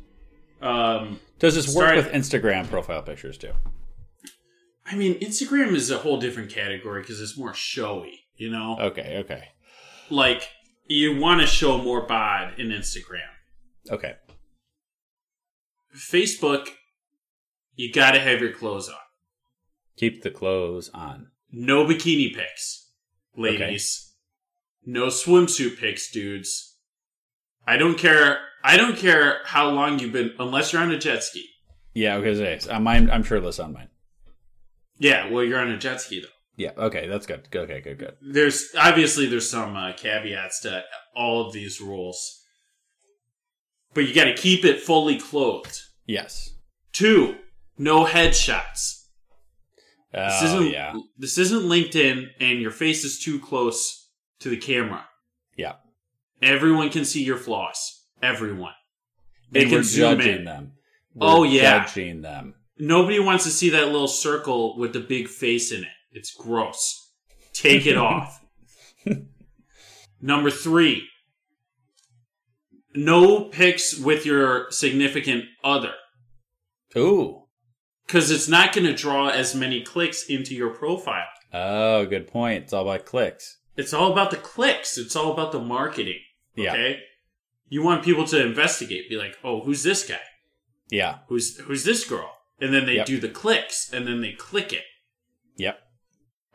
Speaker 11: Um,
Speaker 10: Does this work
Speaker 11: Sorry.
Speaker 10: with Instagram profile pictures too?
Speaker 11: I mean, Instagram is a whole different category because it's more showy, you know?
Speaker 10: Okay, okay,
Speaker 11: Like, you want to show more bod in Instagram.
Speaker 10: okay.
Speaker 11: Facebook, you got to have your clothes on.
Speaker 10: Keep the clothes on.
Speaker 11: No bikini pics, ladies. No swimsuit pics, dudes. I don't care. I don't care how long you've been, unless you're on a jet ski.
Speaker 10: Yeah, okay. So mine, I'm shirtless on mine.
Speaker 11: Yeah, well, you're on a jet ski though.
Speaker 10: Yeah, okay, that's good. Good, Okay, good, good.
Speaker 11: There's obviously there's some uh, caveats to all of these rules, but you got to keep it fully clothed.
Speaker 10: Yes.
Speaker 11: Two, no headshots. This
Speaker 10: Oh,
Speaker 11: isn't
Speaker 10: yeah.
Speaker 11: this isn't LinkedIn, and your face is too close to the camera.
Speaker 10: Yeah.
Speaker 11: Everyone can see your flaws. Everyone. They
Speaker 10: And
Speaker 11: can
Speaker 10: we're
Speaker 11: zoom
Speaker 10: judging
Speaker 11: in.
Speaker 10: them.
Speaker 11: Oh, yeah.
Speaker 10: Judging them.
Speaker 11: Nobody wants to see that little circle with the big face in it. It's gross. Take it off. Number three. No pics with your significant other.
Speaker 10: Ooh.
Speaker 11: Because it's not going to draw as many clicks into your profile.
Speaker 10: Oh, good point. It's all about clicks.
Speaker 11: It's all about the clicks. It's all about the marketing.
Speaker 10: Yeah.
Speaker 11: Okay. You want people to investigate, be like, oh, who's this guy?
Speaker 10: Yeah.
Speaker 11: Who's who's this girl? And then they
Speaker 10: Yep.
Speaker 11: do the clicks and then they click it.
Speaker 10: Yep.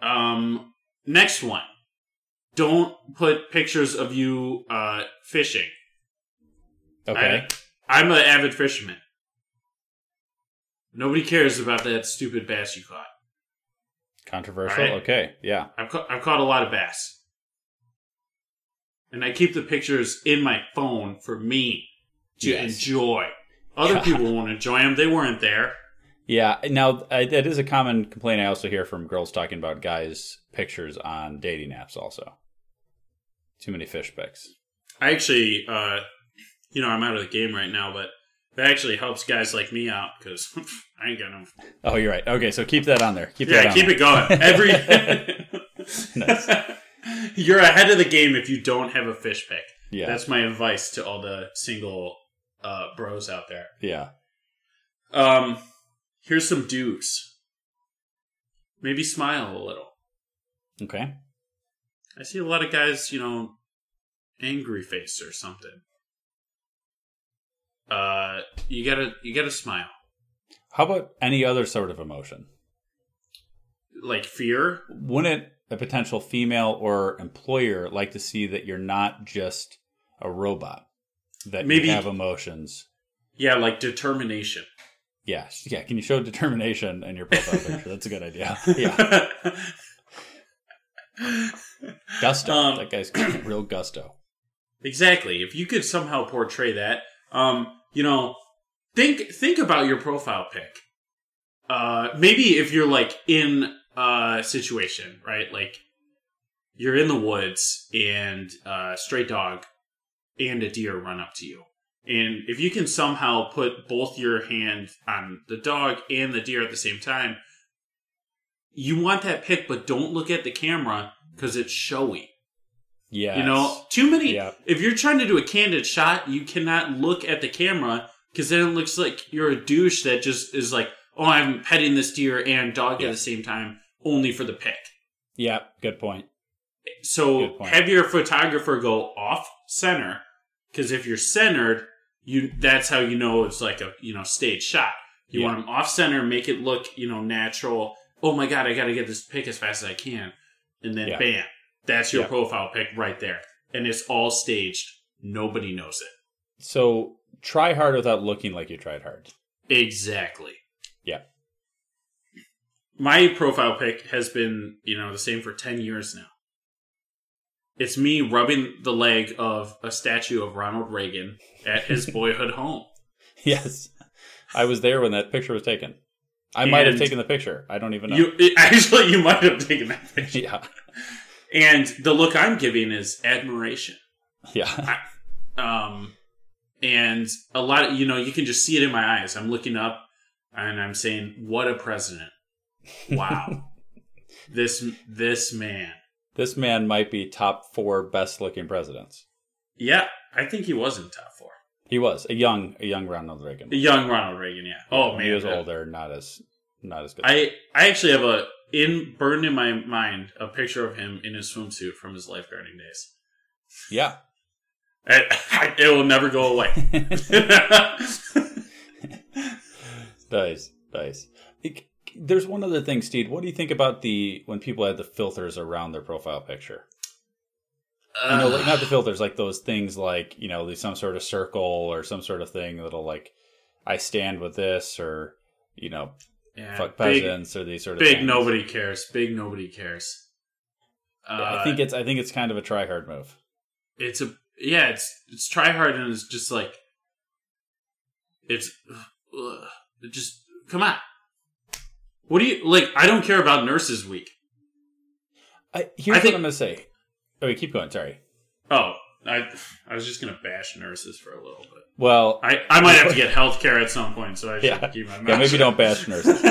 Speaker 11: Um next one. Don't put pictures of you uh fishing.
Speaker 10: Okay.
Speaker 11: I, I'm an avid fisherman. Nobody cares about that stupid bass you caught.
Speaker 10: Controversial.
Speaker 11: All right.
Speaker 10: Okay. Yeah.
Speaker 11: I've, ca- I've caught a lot of bass. And I keep the pictures in my phone for me to
Speaker 10: Yes.
Speaker 11: enjoy. Other people won't enjoy them. They weren't there.
Speaker 10: Yeah. Now, I, that is a common complaint I also hear from girls talking about guys' pictures on dating apps, also. Too many fish pics.
Speaker 11: I actually, uh, you know, I'm out of the game right now, but that actually helps guys like me out because I ain't got no.
Speaker 10: Oh, you're right. Okay. So keep that on there. Keep that
Speaker 11: Yeah,
Speaker 10: on
Speaker 11: keep
Speaker 10: there.
Speaker 11: it going. Every. You're ahead of the game if you don't have a fish pick.
Speaker 10: Yeah.
Speaker 11: That's my advice to all the single uh, bros out there.
Speaker 10: Yeah.
Speaker 11: Um, here's some do's. Maybe smile a little.
Speaker 10: Okay.
Speaker 11: I see a lot of guys, you know, angry face or something. Uh, you gotta you gotta smile,
Speaker 10: How about any other sort of emotion?
Speaker 11: like fear.
Speaker 10: wouldn't a potential female or employer like to see that you're not just a robot that
Speaker 11: Maybe-
Speaker 10: you have emotions
Speaker 11: Yeah, like determination.
Speaker 10: yeah yeah can you show determination in your profile picture that's a good idea yeah
Speaker 11: Yeah.
Speaker 10: gusto
Speaker 11: Um,
Speaker 10: that guy's got real gusto
Speaker 11: exactly. If you could somehow portray that, um, you know, think think about your profile pic. Uh, maybe if you're like in a situation, right? Like you're in the woods and a stray dog and a deer run up to you. And if you can somehow put both your hand on the dog and the deer at the same time, you want that pic, but don't look at the camera because it's showy.
Speaker 10: yeah
Speaker 11: You know, too many.
Speaker 10: Yeah.
Speaker 11: If you're trying to do a candid shot, you cannot look at the camera because then it looks like you're a douche that just is like, oh, I'm petting this deer and dog at the same time, only for the pic.
Speaker 10: yeah good point Good
Speaker 11: So
Speaker 10: point.
Speaker 11: have your photographer go off center because if you're centered, you that's how you know it's like a you know stage shot. You
Speaker 10: Yeah.
Speaker 11: want them off center, make it look you know natural. Oh my god, I got to get this pic as fast as I can, and then
Speaker 10: Yeah.
Speaker 11: bam, that's your
Speaker 10: Yeah.
Speaker 11: profile pic right there, and it's all staged. Nobody knows it
Speaker 10: so try hard without looking like you tried hard
Speaker 11: exactly.
Speaker 10: yeah
Speaker 11: my profile pic has been you know the same for 10 years now it's me rubbing the leg of a statue of ronald reagan at his boyhood home
Speaker 10: yes i was there when that picture was taken i might have
Speaker 11: And-
Speaker 10: taken the picture i don't even know
Speaker 11: you actually you might have taken that picture
Speaker 10: yeah
Speaker 11: and the look i'm giving is admiration
Speaker 10: yeah
Speaker 11: um and a lot of you know you can just see it in my eyes i'm looking up and i'm saying what a president wow this this man
Speaker 10: this man might be top four best looking presidents
Speaker 11: yeah i think he was in top four
Speaker 10: He was a young, a young Ronald Reagan.
Speaker 11: Young Ronald Reagan, yeah. Oh man,
Speaker 10: he was
Speaker 11: uh,
Speaker 10: older, not as not as good.
Speaker 11: I I actually have a in burned in my mind a picture of him in his swimsuit from his lifeguarding days.
Speaker 10: yeah.
Speaker 11: I, it will never go away.
Speaker 10: Nice, nice. It- there's one other thing, Steve. What do you think about the when people had the filters around their profile picture? you know, like, not the filters, like those things, like you know, some sort of circle or some sort of thing that'll like, I stand with this, or you know,
Speaker 11: Yeah,
Speaker 10: fuck
Speaker 11: big-
Speaker 10: peasants, or these sort of
Speaker 11: Big
Speaker 10: things.
Speaker 11: nobody cares. Big nobody cares. Uh,
Speaker 10: Yeah, I think it's I think it's kind of a try hard move.
Speaker 11: it's a yeah. It's it's try hard and it's just like it's ugh, it just come on. What do you like? I don't care about Nurses Week.
Speaker 10: I, here's
Speaker 11: think-
Speaker 10: what I'm gonna say. Okay, keep going. Sorry.
Speaker 11: Oh, I I was just gonna bash nurses for a little bit.
Speaker 10: Well,
Speaker 11: I I might have to get health care at some point, so I should
Speaker 10: yeah,
Speaker 11: keep my
Speaker 10: yeah.
Speaker 11: mouth
Speaker 10: Maybe
Speaker 11: shut.
Speaker 10: don't bash nurses.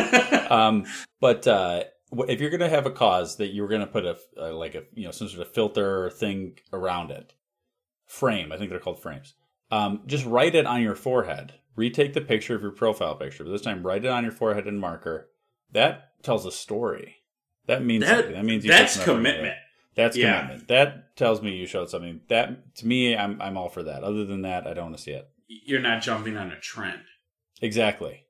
Speaker 10: um, but uh, wh- if you're going to have a cause that you're going to put a f- uh, like a you know some sort of filter or thing around it, frame. I think they're called frames. Um, just write it on your forehead. Retake the picture of your profile picture, but this time write it on your forehead in marker. That tells a story. That means
Speaker 11: That-
Speaker 10: something. That means you
Speaker 11: that's
Speaker 10: took an effort to do it.
Speaker 11: commitment.
Speaker 10: That's
Speaker 11: Yeah.
Speaker 10: commitment. That tells me you showed something. That to me, I'm I'm all for that. Other than that, I don't want to see it.
Speaker 11: You're not jumping on a trend.
Speaker 10: Exactly.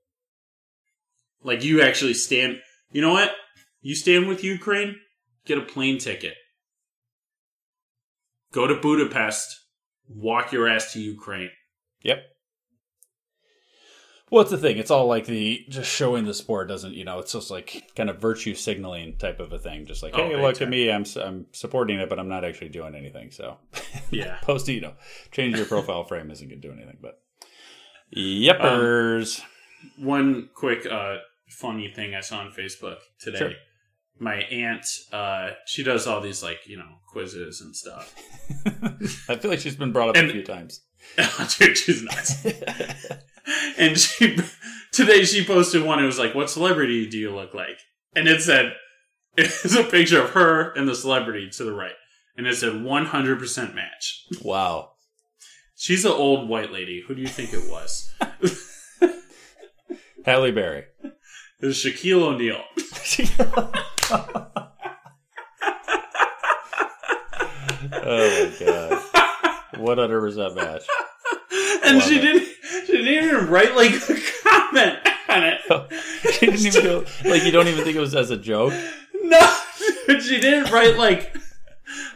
Speaker 11: Like you actually stand. You know what? You stand with Ukraine. Get a plane ticket. Go to Budapest. Walk your ass to Ukraine.
Speaker 10: Yep. Well, it's the thing. It's all like the just showing the sport doesn't, you know, it's just like kind of virtue signaling type of a thing. Just like,
Speaker 11: Oh,
Speaker 10: hey,
Speaker 11: big
Speaker 10: look at
Speaker 11: time.
Speaker 10: me, I'm s- I'm supporting it, but I'm not actually doing anything. So,
Speaker 11: Yeah.
Speaker 10: post, you know, change your profile frame isn't going to do anything. But
Speaker 11: Um,
Speaker 10: yepers,
Speaker 11: one quick uh, funny thing I saw on Facebook today.
Speaker 10: Sure.
Speaker 11: My aunt, uh, she does all these like you know quizzes and stuff.
Speaker 10: I feel like she's been brought up a
Speaker 11: and-
Speaker 10: few times.
Speaker 11: Dude, she's nuts. and she today she posted one. It was like, "What celebrity do you look like?" And it said, "It's a picture of her and the celebrity to the right." And it said, "100% match."
Speaker 10: Wow.
Speaker 11: She's an old white lady. Who do you think it was?
Speaker 10: Halle Berry.
Speaker 11: It was Shaquille O'Neal.
Speaker 10: Oh my god. What utter percent match.
Speaker 11: and
Speaker 10: Love
Speaker 11: she
Speaker 10: it.
Speaker 11: didn't she didn't even write like a comment on it.
Speaker 10: she didn't even do, like you don't even think it was as a joke.
Speaker 11: No, she didn't write like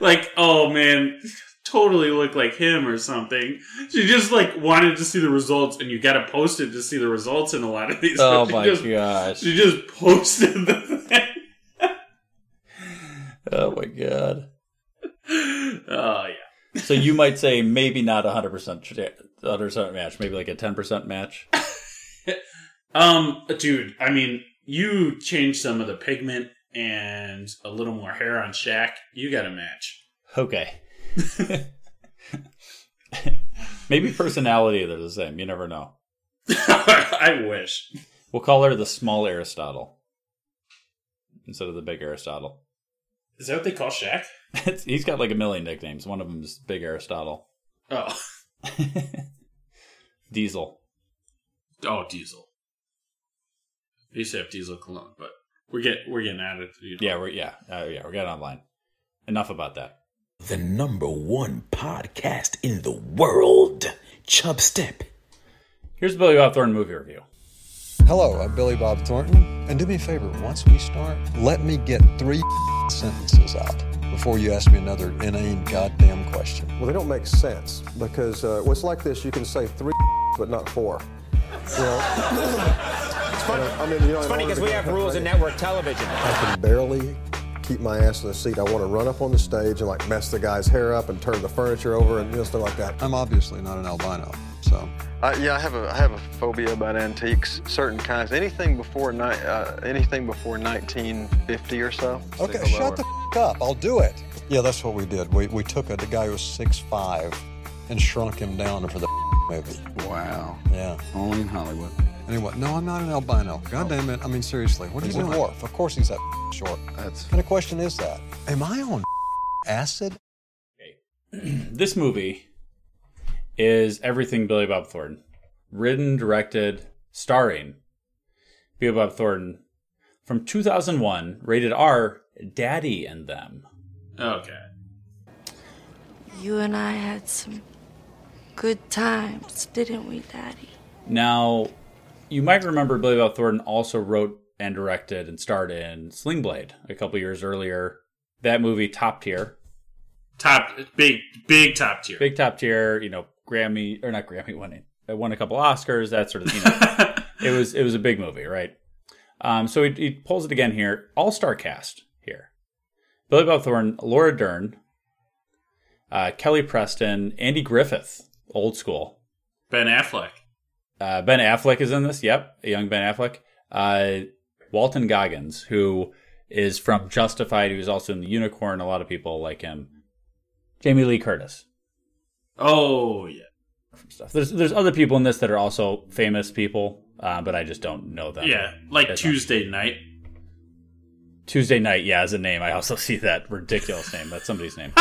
Speaker 11: like oh man, totally look like him or something. She just like wanted to see the results, and you got to post it to see the results in a lot of these.
Speaker 10: Oh
Speaker 11: She
Speaker 10: my
Speaker 11: just,
Speaker 10: gosh.
Speaker 11: She just posted the thing.
Speaker 10: Oh my god.
Speaker 11: Oh yeah,
Speaker 10: So you might say maybe not a hundred percent, hundred percent match, maybe like a ten percent match.
Speaker 11: um, dude. I mean, you changed some of the pigment and a little more hair on Shaq. You got a match.
Speaker 10: Okay. maybe personality they're the same. You never know.
Speaker 11: I wish.
Speaker 10: We'll call her the small Aristotle instead of the big Aristotle.
Speaker 11: Is that what they call Shaq?
Speaker 10: It's, he's got like a million nicknames. One of them is Big Aristotle,
Speaker 11: Oh,
Speaker 10: Diesel.
Speaker 11: oh, Diesel. They used to have Diesel cologne, but we're get we're getting out of you know.
Speaker 10: Yeah, we're yeah, uh, yeah. We're getting online. Enough about that.
Speaker 3: The number one podcast in the world, Chub Step.
Speaker 10: Here's a Billy Bob Thornton movie review.
Speaker 8: Hello, I'm Billy Bob Thornton. And do me a favor, once we start, let me get three sentences out before you ask me another inane goddamn question.
Speaker 9: Well, they don't make sense because uh, well, it's like this: you can say three, but not four. You know? it's funny. I mean, you know, it's funny because we have rules in network television. I can barely keep my ass in the seat. I want to run up on the stage and like mess the guy's hair up and turn the furniture over and you know, stuff like that. I'm obviously not an albino, so. Uh, yeah, I have a I have a phobia about antiques, certain kinds, anything before ni- uh, anything before 1950 or so. Okay, shut the f- up. I'll do it. Yeah, that's what we did. We, we took a, the guy who was six five, and shrunk him down for the f- movie.
Speaker 6: Wow.
Speaker 8: Yeah.
Speaker 6: Only in Hollywood.
Speaker 8: Anyway, no, I'm not an albino. God damn it. I mean, seriously, what Oh. he's a dwarf. Of course, he's that f- short. What
Speaker 6: That's
Speaker 8: kind of question is that? Am I on f- acid?
Speaker 10: this movie is everything Billy Bob Thornton, written, directed, starring Billy Bob Thornton, from 2001, rated R, Daddy and Them.
Speaker 11: Okay.
Speaker 12: You and I had some good times, didn't we, Daddy?
Speaker 10: Now, you might remember Billy Bob Thornton also wrote and directed and starred in Sling Blade a couple years earlier. That movie, top tier.
Speaker 11: Top, big, big top tier.
Speaker 10: Big top tier, you know, Grammy, or not Grammy winning. It won a couple Oscars, that sort of thing. You know, it was it was a big movie, right? Um, so he, he pulls it again here. All star cast here: Billy Bob Thornton, Laura Dern, uh, Kelly Preston, Andy Griffith, old school.
Speaker 11: Ben Affleck.
Speaker 10: Uh, ben Affleck is in this. Yep, a young Ben Affleck. Uh, Walton Goggins, who is from Justified, who's also in The Unicorn. A lot of people like him. Jamie Lee Curtis.
Speaker 11: Oh yeah.
Speaker 10: From stuff. There's there's other people in this that are also famous people, uh, but I just don't know them.
Speaker 11: Yeah, like
Speaker 10: As much.
Speaker 11: Tuesday night.
Speaker 10: Tuesday night. Yeah, as a name, I also see that ridiculous name. That's somebody's name.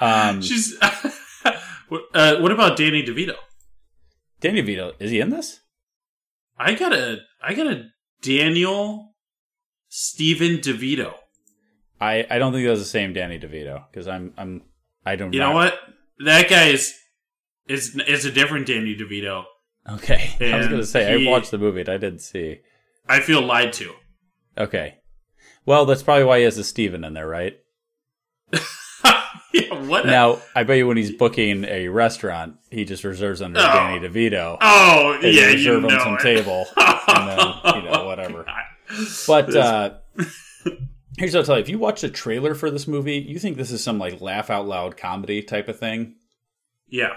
Speaker 10: Um,
Speaker 11: She's. what, uh, what about Danny DeVito?
Speaker 10: Danny DeVito is he in this?
Speaker 11: I got a I got a Daniel Steven DeVito.
Speaker 10: I, I don't think that was the same Danny DeVito because I'm I'm I don't.
Speaker 11: You know what? That guy is is is a different Danny DeVito.
Speaker 10: Okay, I was
Speaker 11: And
Speaker 10: gonna say
Speaker 11: he-
Speaker 10: I watched the movie and I didn't see.
Speaker 11: I feel lied to.
Speaker 10: Okay, well that's probably why he has a Steven in there, right?
Speaker 11: Yeah, what? a-
Speaker 10: Now I bet you when he's booking a restaurant, he just reserves under
Speaker 11: Oh.
Speaker 10: Danny DeVito.
Speaker 11: Oh,
Speaker 10: and
Speaker 11: yeah, you
Speaker 10: reserve him
Speaker 11: know
Speaker 10: some
Speaker 11: it. Oh,
Speaker 10: table, and then you know whatever. But uh, here's what I'll tell you: if you watch the trailer for this movie, you think this is some like laugh out loud comedy type of thing.
Speaker 11: yeah.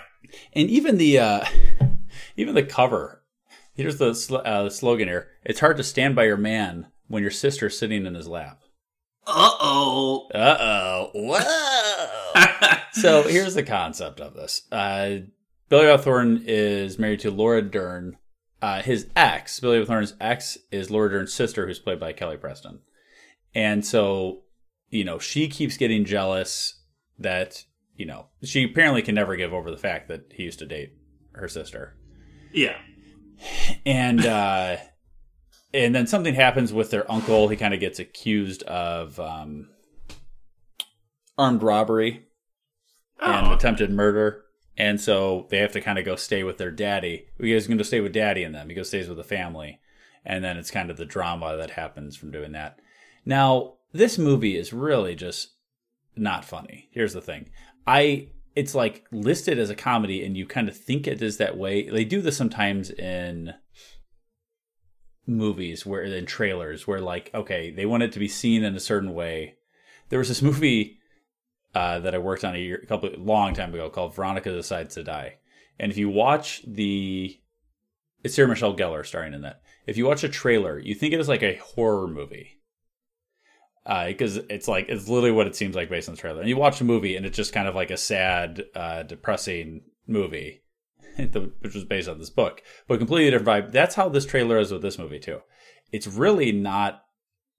Speaker 10: and even the uh, even the cover. Here's the sl- uh, slogan here: "It's hard to stand by your man when your sister's sitting in his lap."
Speaker 11: Uh oh.
Speaker 10: Uh oh. Whoa. so here's the concept of this. Uh, Billy Bob Thornton is married to Laura Dern. Uh, his ex, Billy Bob Thornton's ex, is Laura Dern's sister, who's played by Kelly Preston. And so, you know, she keeps getting jealous that, you know, she apparently can never give over the fact that he used to date her sister
Speaker 11: Yeah.
Speaker 10: and uh and then something happens with their uncle he kind of gets accused of um armed robbery and attempted murder and so they have to kind of go stay with their daddy he's going to stay with daddy and them he goes stays with the family and then it's kind of the drama that happens from doing that now this movie is really just not funny here's the thing i it's like listed as a comedy and you kind of think it is that way they do this sometimes in movies where in trailers where like okay they want it to be seen in a certain way there was this movie uh, that i worked on a year a couple long time ago called veronica decides to die and if you watch the it's sarah michelle gellar starring in that if you watch a trailer you think it is like a horror movie because it's like it's literally what it seems like based on the trailer and you watch the movie and it's just kind of like a sad uh, depressing movie the- which was based on this book, but completely different vibe. That's how this trailer is with this movie too. It's really not.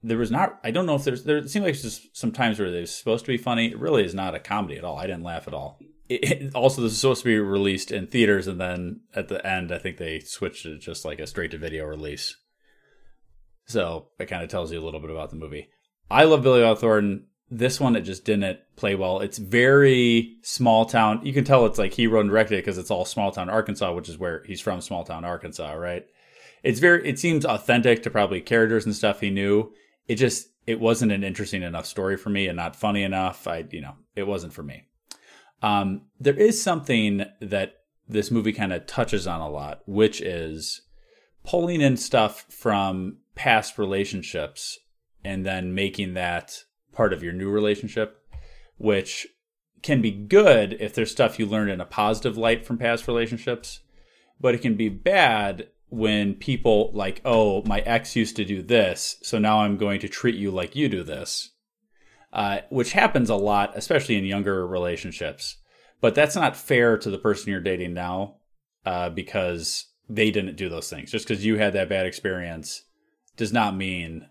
Speaker 10: There was not. I don't know if there's. There it seemed like just some times where they're supposed to be funny. It really is not a comedy at all. I didn't laugh at all. It, it- also, this is supposed to be released in theaters, and then at the end, I think they switched to just like a straight to video release. So it kind of tells you a little bit about the movie. I love Billy Bob Thornton. This one, it just didn't play well. It's very small town. You can tell it's like he wrote and directed it because it's all small town Arkansas, which is where he's from, small town Arkansas, right? It's very, it seems authentic to probably characters and stuff he knew. It just, it wasn't an interesting enough story for me and not funny enough. I, you know, it wasn't for me. Um, there is something that this movie kind of touches on a lot, which is pulling in stuff from past relationships and then making that part of your new relationship, which can be good if there's stuff you learned in a positive light from past relationships, but it can be bad when people like, oh, my ex used to do this, so now I'm going to treat you like you do this, uh, which happens a lot, especially in younger relationships. But that's not fair to the person you're dating now uh, because they didn't do those things. Just because you had that bad experience does not mean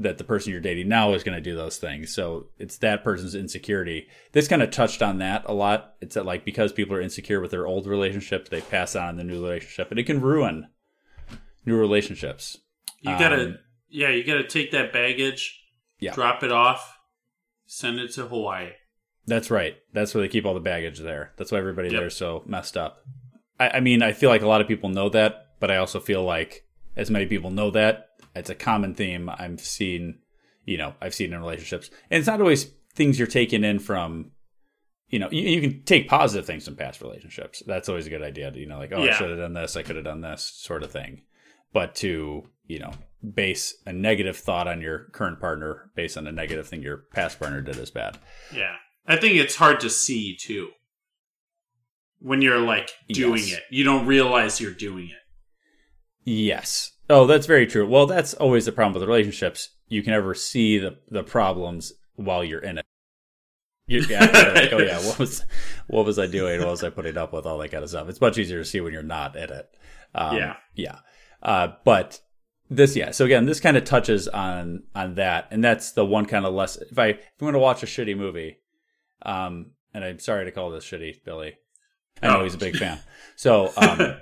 Speaker 10: that the person you're dating now is going to do those things. So it's that person's insecurity. This kind of touched on that a lot. It's that like because people are insecure with their old relationships, they pass on in the new relationship, and it can ruin new relationships.
Speaker 11: You gotta
Speaker 10: Um,
Speaker 11: Yeah, you got to take that baggage,
Speaker 10: Yeah.
Speaker 11: drop it off, send it to Hawaii.
Speaker 10: That's right. That's where they keep all the baggage there. That's why everybody
Speaker 11: Yep.
Speaker 10: there's so messed up. I, I mean, I feel like a lot of people know that, but I also feel like as many people know that, it's a common theme I've seen, you know, I've seen in relationships. And it's not always things you're taking in from, you know, you, you can take positive things from past relationships. That's always a good idea to, you know, like, oh, I
Speaker 11: Yeah.
Speaker 10: should have done this, I could have done this sort of thing. But to, you know, base a negative thought on your current partner based on a negative thing your past partner did is bad.
Speaker 11: Yeah. I think it's hard to see too. When you're like doing
Speaker 10: Yes.
Speaker 11: it, you don't realize you're doing it.
Speaker 10: Yes. Oh, that's very true. Well, that's always the problem with relationships. You can never see the, the problems while you're in it. You're, yeah, like, oh yeah, what was what was I doing? What was I putting up with? All that kind of stuff. It's much easier to see when you're not in it. Um,
Speaker 11: Yeah.
Speaker 10: yeah. Uh, but this, yeah. So again, this kind of touches on on that, and that's the one kind of less. If I if I'm going to watch a shitty movie, um, and I'm sorry to call this shitty, Billy. I know
Speaker 11: Oh.
Speaker 10: he's a big fan. So, um,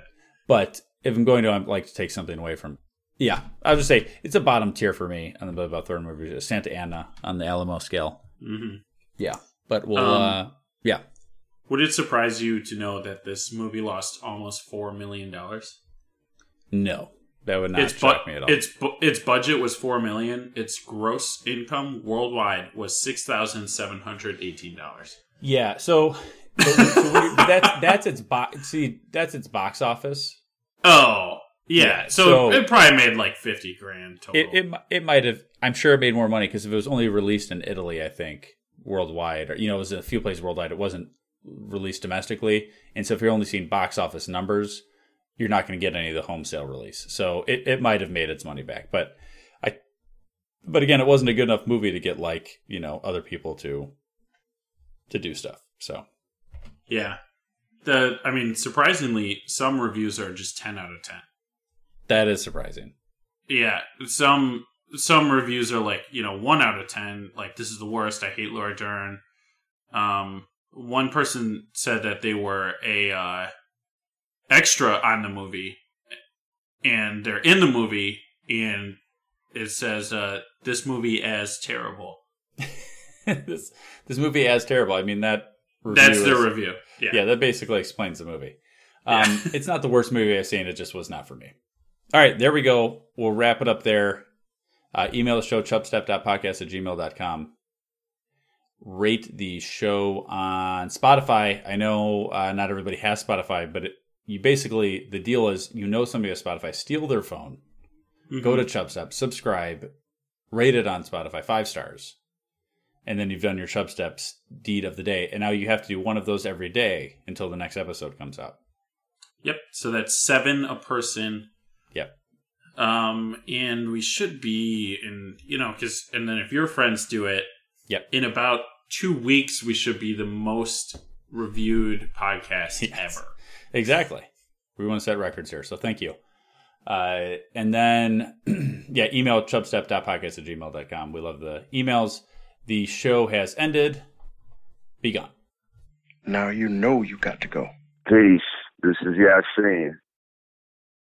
Speaker 10: but if I'm going to, I'd like to take something away from. Yeah, I would just say it's a bottom tier for me on the about third movie, uh, Santa Ana on the Alamo scale.
Speaker 11: Mhm.
Speaker 10: Yeah, but we'll.
Speaker 11: Um,
Speaker 10: uh, yeah,
Speaker 11: Would it surprise you to know that this movie lost almost four million dollars?
Speaker 10: no, that would not
Speaker 11: Its
Speaker 10: shock
Speaker 11: bu-
Speaker 10: me at all.
Speaker 11: Its bu- its budget was four million. Its gross income worldwide was six thousand seven hundred eighteen dollars.
Speaker 10: Yeah, so, so we- so we- that's that's its box. See, that's its box office.
Speaker 11: Oh, yeah. so, it probably made like fifty grand total.
Speaker 10: It it, mi- it might have. I'm sure it made more money because if it was only released in Italy, I think worldwide, or you know, it was in a few places worldwide. It wasn't released domestically, and so if you're only seeing box office numbers, you're not going to get any of the home sale release. So it it might have made its money back, but I, but again, it wasn't a good enough movie to get like you know other people to, to do stuff. So
Speaker 11: yeah. The I mean, surprisingly, some reviews are just ten out of ten.
Speaker 10: that is surprising.
Speaker 11: Yeah, some some reviews are like you know one out of ten. Like this is the worst. I hate Laura Dern. Um, one person said that they were a uh, extra on the movie, and they're in the movie, and it says uh, this movie as terrible.
Speaker 10: this this movie as terrible. I mean that. Review
Speaker 11: That's their
Speaker 10: is-
Speaker 11: review. Yeah.
Speaker 10: that basically explains the movie. Um, it's not the worst movie I've seen. It just was not for me. All right, there we go. We'll wrap it up there. Uh, email the show, chubstep.podcast at gmail.com. Rate the show on Spotify. I know uh, not everybody has Spotify, but it, you basically, the deal is you know somebody has Spotify, steal their phone, go
Speaker 11: Mm-hmm.
Speaker 10: to Chubstep, subscribe, rate it on Spotify, five stars and then you've done your chub steps deed of the day and now you have to do one of those every day until the next episode comes out
Speaker 11: Yep. So that's seven a person.
Speaker 10: Yep.
Speaker 11: Um, and we should be in, you know, because, and then if your friends do it,
Speaker 10: Yep.
Speaker 11: in about two weeks, we should be the most reviewed podcast ever.
Speaker 10: exactly we want to set records here so thank you uh, and then yeah email chubstep.podcast at gmail.com we love the emails the show has ended be gone
Speaker 13: Now you know you got to go.
Speaker 14: Peace. This is Yasin.